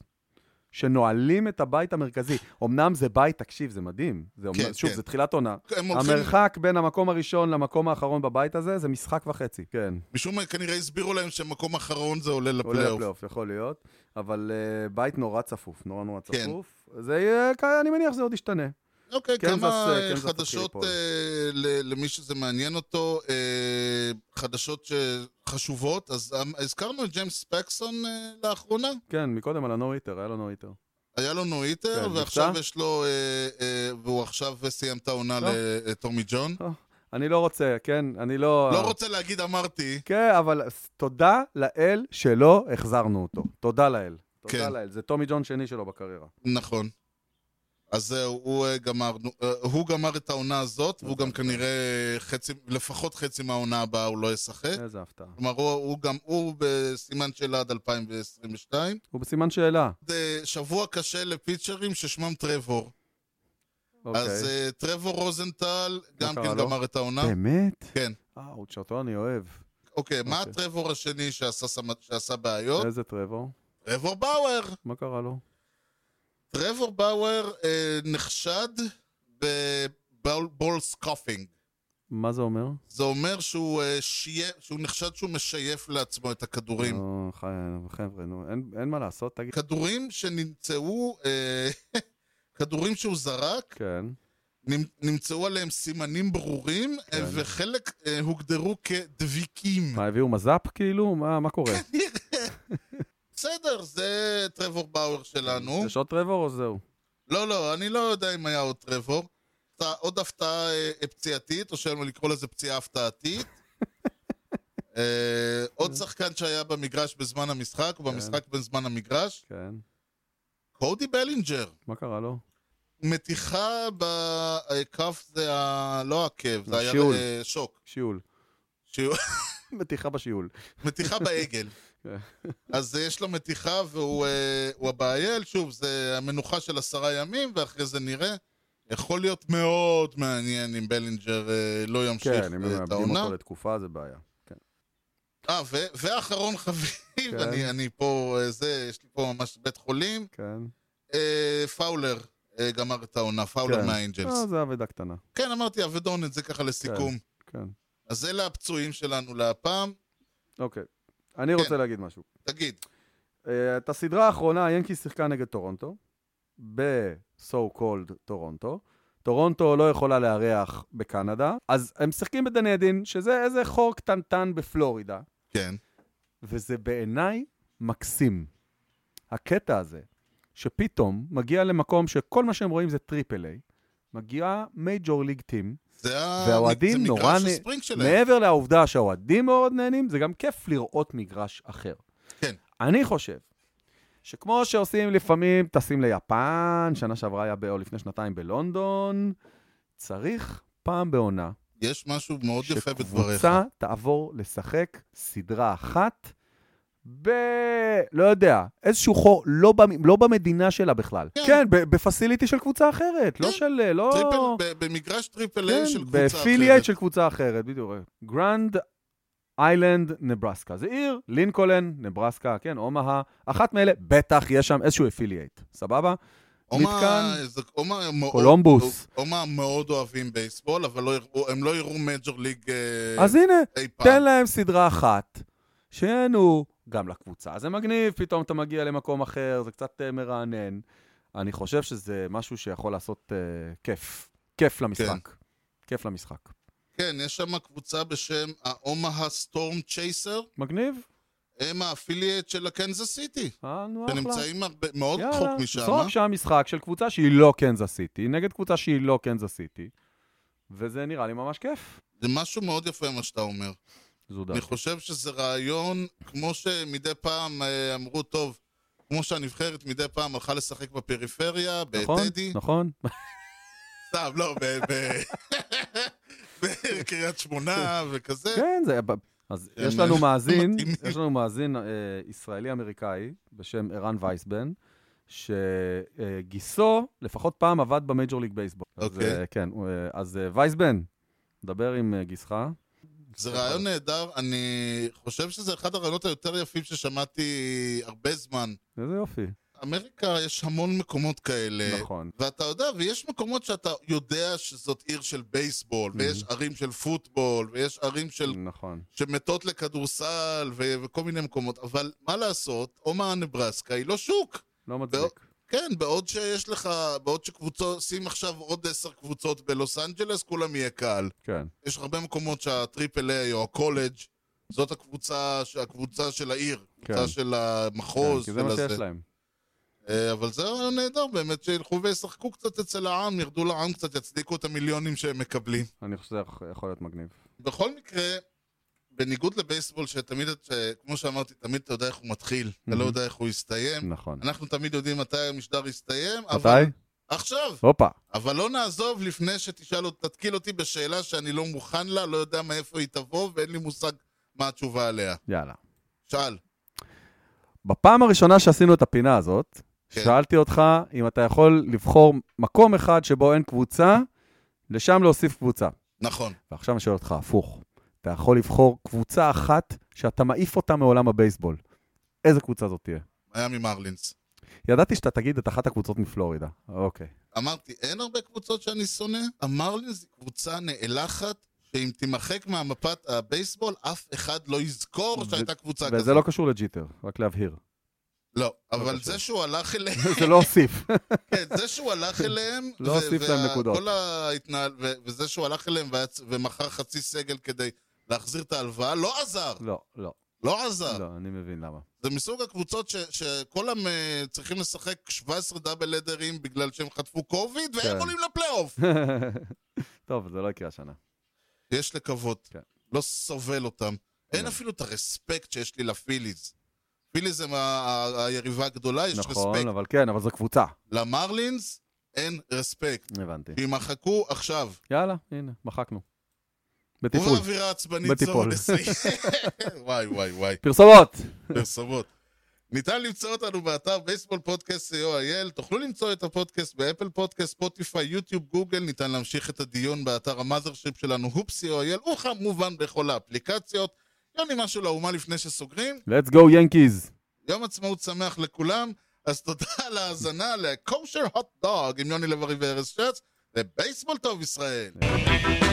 A: שנועלים את הבית המרכזי. אמנם זה בית, תקשיב, זה מדהים. זה אומנם,
B: כן,
A: שוב,
B: כן.
A: זה תחילת עונה.
B: הם הולכים,
A: המרחק בין המקום הראשון למקום האחרון בבית הזה זה משחק וחצי, כן.
B: משום מה כנראה הסבירו להם שמקום אחרון זה עולה
A: עולה
B: לפלייאוף.
A: לפלייאוף, יכול להיות. אבל אה, בית נורא צפוף, נורא נורא
B: כן.
A: צפוף. זה יהיה, כ- אני מניח שזה עוד ישתנה.
B: אוקיי,
A: קנזס,
B: כמה
A: אה,
B: אה,
A: קנזס תתחיל
B: חדשות
A: ליפול.
B: אה, ל- למי שזה מעניין אותו, אה, חדשות חשובות, אז אמ, הזכרנו את ג'יימס ספקסון אה, לאחרונה,
A: כן, מקודם על הנו-היטר, היה לו נו-היטר.
B: היה לו נואיטר,
A: כן,
B: ועכשיו
A: נפצע?
B: יש לו, אה, אה, והוא עכשיו סיים את העונה
A: לא.
B: לטומי ג'ון.
A: אני לא רוצה, כן? אני לא...
B: לא רוצה להגיד אמרתי,
A: כן, אבל ס- תודה לאל שלא החזרנו אותו. תודה לאל. תודה
B: כן.
A: לאל. זה טומי ג'ון שני שלו בקריירה.
B: נכון. אז זהו, הוא אה, גמר, נו, אה, הוא גמר את העונה הזאת,
A: נכון,
B: והוא
A: כן.
B: גם כנראה חצי, לפחות חצי מהעונה הבאה הוא לא ישחק.
A: איזה הפתעה.
B: כלומר, הוא, הוא גם, הוא בסימן שאלה עד 2022.
A: הוא בסימן שאלה.
B: זה שבוע קשה לפיצ'רים ששמם טרבור.
A: אוקיי.
B: אז אה, טרבור רוזנטל גם
A: קרה
B: כן
A: לו?
B: גמר את העונה.
A: באמת?
B: כן.
A: אאוץ', אותו אני אוהב.
B: אוקיי, מה
A: אוקיי. אה.
B: הטרבור השני שעשה סמ- שעשה בעיות?
A: איזה טרבור?
B: טרבור באואר.
A: מה קרה לו?
B: טרבור באואר אה, נחשד בבול סקופינג.
A: מה זה אומר?
B: זה אומר שהוא, אה, שייף, שהוא נחשד שהוא משייף לעצמו את הכדורים.
A: נו, אה, חי- חבר'ה, נו, אין- אין מה לעשות, תגיד.
B: כדורים שנמצאו, אה, כדורים שהוא זרק,
A: כן.
B: נמ- נמצאו עליהם סימנים ברורים,
A: כן.
B: כן. וחלק אה, הוגדרו כדביקים.
A: מה, הביאו מז"פ כאילו? מה מה קורה?
B: בסדר, זה טרוור באואר שלנו.
A: יש עוד טרבור או זהו?
B: לא, לא, אני לא יודע אם היה עוד טרוור. אתה- עוד הפתעה אה, פציעתית, או שאין מה לקרוא לזה פציעה הפתעתית. אה, כן. עוד שחקן שהיה במגרש בזמן המשחק, ובמשחק בזמן המגרש,
A: כן.
B: קודי בלינג'ר.
A: מה קרה לו?
B: מתיחה בכף זה ה... לא עקב, זה היה
A: שיעול.
B: אה, שוק.
A: שיעול.
B: שיעול.
A: מתיחה בשיעול.
B: מתיחה בעגל.
A: כן.
B: אז אה, יש לו מתיחה והוא אה, הוא הבעייל, שוב, זה המנוחה של עשרה ימים, ואחרי זה נראה. יכול להיות מאוד מעניין אם בלינג'ר אה, לא ימשיך
A: כן, אם הם
B: אה, את
A: מאבדים
B: העונה.
A: אותו לתקופה זה בעיה. כן.
B: אה, ו- ואחרון חביב,
A: כן.
B: אני- אני פה, אה, זה, יש לי פה ממש בית חולים.
A: כן.
B: אה, פאולר אה, גמר את העונה, פאולר
A: כן.
B: מהאנג'לס.
A: אה, זה אבדה קטנה.
B: כן, אמרתי, אבדונת, זה ככה לסיכום.
A: כן.
B: אז אלה הפצועים שלנו להפעם.
A: אוקיי.
B: כן.
A: אני רוצה להגיד משהו.
B: תגיד,
A: אה, את הסדרה האחרונה, ינקי שיחקה נגד טורונטו, ב-so called טורונטו. טורונטו לא יכולה לארח בקנדה, אז הם משחקים בדנדין, שזה איזה חור קטנטן בפלורידה,
B: כן,
A: וזה בעיניי מקסים. הקטע הזה, שפתאום מגיע למקום שכל מה שהם רואים זה טריפל איי, מגיע מייג'ור ליג טים,
B: זה ה-
A: והאוהדים
B: זה
A: נורא
B: מגרש
A: נ-
B: הספרינג שלהם.
A: מעבר לעובדה שהאוהדים מאוד נהנים, זה גם כיף לראות מגרש אחר.
B: כן.
A: אני חושב שכמו שעושים לפעמים, טסים ליפן, שנה שעברה היה, ב- או לפני שנתיים בלונדון, צריך פעם בעונה,
B: יש משהו מאוד יפה בדבריך.
A: שקבוצה תעבור לשחק סדרה אחת ב... לא יודע, איזשהו חור, לא, במ... לא במדינה שלה בכלל.
B: כן.
A: כן, ב- בפסיליטי של קבוצה אחרת, לא
B: כן.
A: של... אה, לא...
B: טריפל, ב- במגרש טריפל איי של
A: כן,
B: קבוצה
A: באפילייט
B: אחרת.
A: של קבוצה אחרת, בדיוק. אה. גרנד איילנד, נברסקה. זה עיר, לינקולן, נברסקה, כן, אומהה. אחת מאלה, בטח יש שם איזשהו אפילייט, סבבה?
B: אומה-
A: מתקן.
B: זה- אומה מאוד-
A: קולומבוס.
B: אומה מאוד אוהבים בייסבול, אבל לא יראו- הם לא יראו מג'ור ליג אה,
A: אז הנה,
B: אי פעם.
A: תן להם סדרה אחת, שיהנו גם לקבוצה. זה מגניב, פתאום אתה מגיע למקום אחר, זה קצת אה, מרענן. אני חושב שזה משהו שיכול לעשות אה, כיף. כיף למשחק. כיף למשחק.
B: כן, יש שם קבוצה בשם האומה סטורם צ'ייסר,
A: מגניב?
B: הם האפילייט של הקנזס סיטי.
A: אה, נו, אחלה.
B: שנמצאים הרבה- מאוד
A: יאללה,
B: רחוק משם. אה?
A: זרוק שם משחק של קבוצה שהיא לא קנזס סיטי, נגד קבוצה שהיא לא קנזס סיטי, וזה נראה לי ממש כיף.
B: זה משהו מאוד יפה מה שאתה אומר.
A: זו
B: אני
A: דעתי.
B: חושב שזה רעיון, כמו שמדי פעם אה, אמרו, טוב, כמו שהנבחרת מדי פעם הלכה לשחק בפריפריה,
A: נכון?
B: בטדי,
A: נכון?
B: סתם, לא, ב- ב- בקריית שמונה וכזה.
A: כן, זה... היה ב- אז
B: כן,
A: יש לנו
B: אה,
A: מאזין,
B: מתאימים.
A: יש לנו מאזין אה, ישראלי-אמריקאי בשם ערן וייסבן, שגיסו לפחות פעם עבד במייג'ור ליג בייסבול. אז,
B: אוקיי.
A: אה, כן, הוא, אה, אז אה, וייסבן, דבר עם אה, גיסך.
B: זה רעיון נהדר, אני חושב שזה אחד הרעיונות היותר יפים ששמעתי הרבה זמן.
A: איזה יופי.
B: אמריקה, יש המון מקומות כאלה.
A: נכון.
B: ואתה יודע, ויש מקומות שאתה יודע שזאת עיר של בייסבול, ויש
A: Mm-hmm.
B: ערים של פוטבול, ויש ערים של
A: נכון.
B: שמתות לכדורסל ו- וכל מיני מקומות, אבל מה לעשות, אומה נברסקה היא לא שוק.
A: לא מצדיק.
B: כן, בעוד שיש לך, בעוד שקבוצות, שים עכשיו עוד עשר קבוצות בלוס אנג'לס, כולם יהיה קל.
A: כן.
B: יש הרבה מקומות שהטריפל איי או הקולג' זאת הקבוצה, ש- הקבוצה של העיר,
A: כן.
B: הקבוצה של המחוז,
A: כן, כי זה מה
B: של
A: שיש
B: הזה.
A: להם.
B: אה, אבל זה רעיון נהדר באמת, שילכו וישחקו קצת אצל העם, ירדו לעם קצת, יצדיקו את המיליונים שהם מקבלים.
A: אני חושב שזה יכול- יכול להיות מגניב.
B: בכל מקרה, בניגוד לבייסבול, שתמיד, ש... כמו שאמרתי, תמיד אתה יודע איך הוא מתחיל, אתה
A: Mhm.
B: לא יודע איך הוא יסתיים.
A: נכון.
B: אנחנו תמיד יודעים מתי המשדר יסתיים, אבל...
A: מתי?
B: עכשיו!
A: הופה. עוד
B: אבל לא נעזוב לפני שתשאל, אות- תתקיל אותי בשאלה שאני לא מוכן לה, לא יודע מאיפה היא תבוא, ואין לי מושג מה התשובה עליה.
A: יאללה.
B: שאל.
A: בפעם הראשונה שעשינו את הפינה הזאת,
B: כן.
A: שאלתי אותך אם אתה יכול לבחור מקום אחד שבו אין קבוצה, לשם להוסיף קבוצה.
B: נכון.
A: ועכשיו אני שואל אותך הפוך. אתה יכול לבחור קבוצה אחת שאתה מעיף אותה מעולם הבייסבול. איזה קבוצה זאת תהיה?
B: מיאמי מרלינס.
A: ידעתי שאתה תגיד את אחת הקבוצות מפלורידה. אוקיי.
B: אמרתי, אין הרבה קבוצות שאני שונא. המרלינס היא קבוצה נאלחת, שאם תימחק מהמפת הבייסבול, אף אחד לא יזכור
A: ו-
B: שהייתה קבוצה כזאת.
A: וזה לא קשור לג'יטר, רק להבהיר.
B: לא, אבל
A: קשור.
B: זה שהוא הלך אליהם,
A: זה לא הוסיף.
B: כן, זה שהוא הלך אליהם,
A: לא
B: ו-
A: הוסיף להם
B: וה-
A: נקודות.
B: כל ההתנהל, ו- וזה שהוא הלך אליהם והיה צ- ומכר חצי סגל כדי להחזיר את ההלוואה, לא עזר,
A: לא, לא,
B: לא עזר.
A: לא, אני מבין למה.
B: זה מסוג הקבוצות ש- שכולם אה, צריכים לשחק 17 דאבל אדרים בגלל שהם חטפו קוביד, והם
A: כן.
B: עולים לפלייאוף.
A: טוב, זה לא יקרה השנה.
B: יש לקוות.
A: כן.
B: לא סובל אותם. אין
A: כן.
B: אפילו את הרספקט שיש לי לפיליז. פיליז הם ה- ה- היריבה הגדולה, יש
A: נכון,
B: רספקט.
A: אבל כן, אבל זו קבוצה.
B: למרלינס אין רספקט.
A: הבנתי.
B: שימחקו עכשיו.
A: יאללה, הנה, מחקנו.
B: תפעול.
A: בטיפול.
B: ובאווירה עצבנית
A: בטיפול.
B: זו נשיא. וואי וואי וואי,
A: פרסומות!
B: פרסומות. ניתן למצוא אותנו באתר בייסבול פודקאסט co.il, תוכלו למצוא את הפודקאסט באפל פודקאסט, ספוטיפיי, יוטיוב, גוגל, ניתן להמשיך את הדיון באתר המאזרשיפ שלנו, הופס co.il, וכמובן בכל האפליקציות. יוני משהו לאומה לפני שסוגרים,
A: Let's go ינקיז!
B: יום עצמאות שמח לכולם, אז תודה על ההאזנה לקושר הוט דוג עם יוני לב-ארי וארז שץ, ובייסבול טוב ישראל.
A: אה.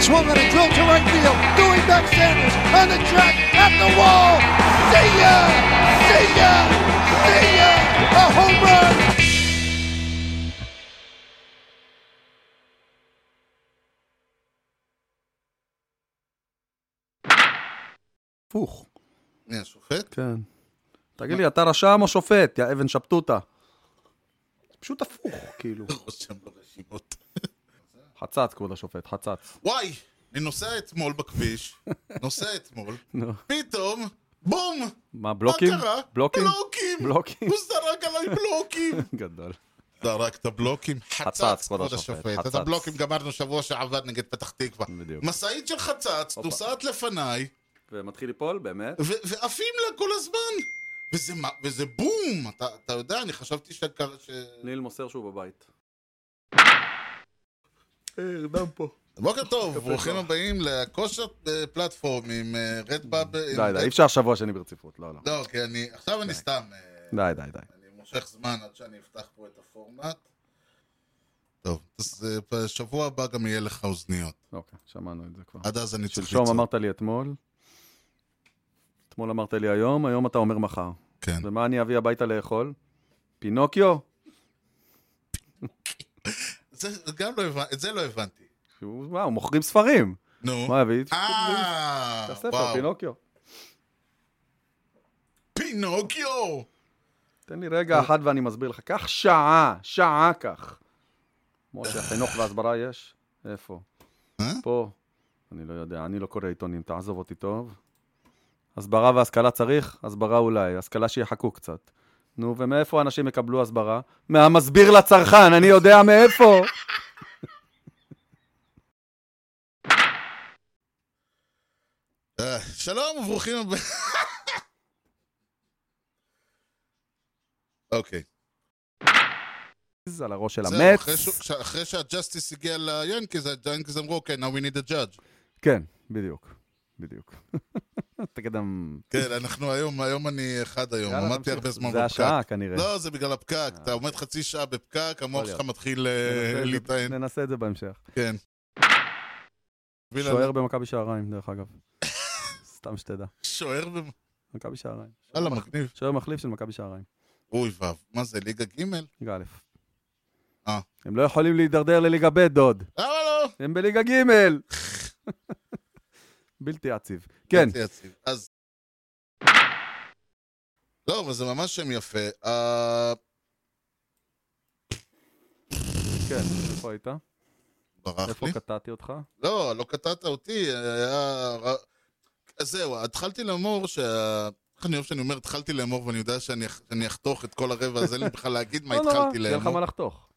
G: Swung on a drill to right field. Doing back Sanders on the track at the wall. See ya! See ya! See ya! A home run!
A: הפוך.
B: מי השופט?
A: כן. תגיד לי, אתה רשם או שופט, יא אבן שפטוטה? פשוט הפוך, כאילו.
B: רושם ברשימות.
A: חצץ, כבוד השופט, חצץ.
B: וואי, אני נוסע אתמול בכביש, נוסע אתמול,
A: נו.
B: פתאום, בום!
A: מה, בלוקים?
B: מה קרה?
A: בלוקים?
B: בלוקים!
A: בלוקים.
B: הוא זרק עליי בלוקים!
A: גדול.
B: רק את הבלוקים. חצץ, כבוד השופט. את
A: חצץ.
B: הבלוקים גמרנו שבוע שעבר נגד פתח תקווה.
A: בדיוק.
B: משאית של חצץ,
A: הופה.
B: נוסעת לפניי,
A: ומתחיל ליפול, באמת?
B: ו- ועפים לה כל הזמן. וזה, מה- וזה בום! אתה, אתה יודע, אני חשבתי ש... ש...
A: ניל מוסר שהוא בבית. אה,
B: בוקר טוב, ברוכים הבאים לכושר אה, פלטפורמים, אה, רד פאב... אה,
A: די, די,
B: אה,
A: אי אפשר שבוע שני ברציפות, לא, לא.
B: לא, כי אני... עכשיו אני סתם... אה,
A: די, די, די.
B: אני מושך זמן עד שאני אפתח פה את הפורמט. טוב, אז אה, בשבוע הבא גם יהיה לך אוזניות.
A: אוקיי, שמענו את זה כבר.
B: עד אז אני צריך
A: שלשום אמרת לי אתמול, אתמול אמרת לי היום, היום אתה אומר מחר.
B: כן.
A: ומה אני אביא הביתה לאכול? פינוקיו?
B: זה גם לא הבנתי, את זה לא הבנתי.
A: שהוא, וואו, מוכרים ספרים.
B: נו.
A: מה יביא?
B: אה,
A: את הספר,
B: וואו.
A: פינוקיו.
B: פינוקיו!
A: תן לי רגע אחד ואני מסביר לך. קח שעה, שעה כך. משה, חינוך והסברה יש? איפה?
B: אה?
A: פה. אני לא יודע, אני לא קורא עיתונים, תעזוב אותי טוב. הסברה והשכלה צריך? הסברה אולי, השכלה שיחכו קצת. נו, ומאיפה אנשים יקבלו הסברה? מהמסביר לצרכן, אני יודע מאיפה.
B: אה, שלום וברוכים הבאים. אוקיי.
A: על הראש של
B: זהו,
A: המץ.
B: אחרי שהוא- כש- אחרי שהג'סטיס הגיע ליאנקיז, היאנקיז אמרו, אוקיי, now we need a judge.
A: כן, בדיוק. בדיוק. תקדם.
B: כן, אנחנו היום, היום אני אחד היום,
A: יאללה,
B: עמדתי
A: תמשיך.
B: הרבה זמן
A: זה
B: בפקק.
A: השעה כנראה.
B: לא, זה בגלל הפקק, אתה עומד חצי שעה בפקק, המוח
A: יכול
B: שלך מתחיל אה,
A: ננסה את זה-
B: להיטען,
A: ננסה את זה בהמשך.
B: כן. בשביל ה-
A: שוער במכבי שעריים, דרך אגב. סתם שתדע.
B: שוער ב...
A: מכבי שעריים.
B: וואלה, מגניב.
A: שוער מחליף של מכבי שעריים.
B: אוי ואב, מה זה, ליגה ג'?
A: ליגה א'.
B: אה.
A: הם לא יכולים להידרדר לליגה ב', דוד.
B: למה לא?
A: הם בליגה ג'. בלתי עציב. כן,
B: יציב, יציב. אז... לא, אבל זה ממש שם יפה. אה,
A: כן. איפה היית?
B: ברח
A: איפה
B: לי.
A: קטעתי אותך?
B: לא, לא קטעת אותי, היה... ר- אז זהו, התחלתי לאמור שה... איך אני אוהב שאני אומר התחלתי לאמור ואני יודע שאני אח- שאני אחתוך את כל הרבע הזה, אין לי בכלל להגיד מה
A: לא נורא,
B: התחלתי
A: יהיה לך
B: לאמור.
A: מה לחתוך.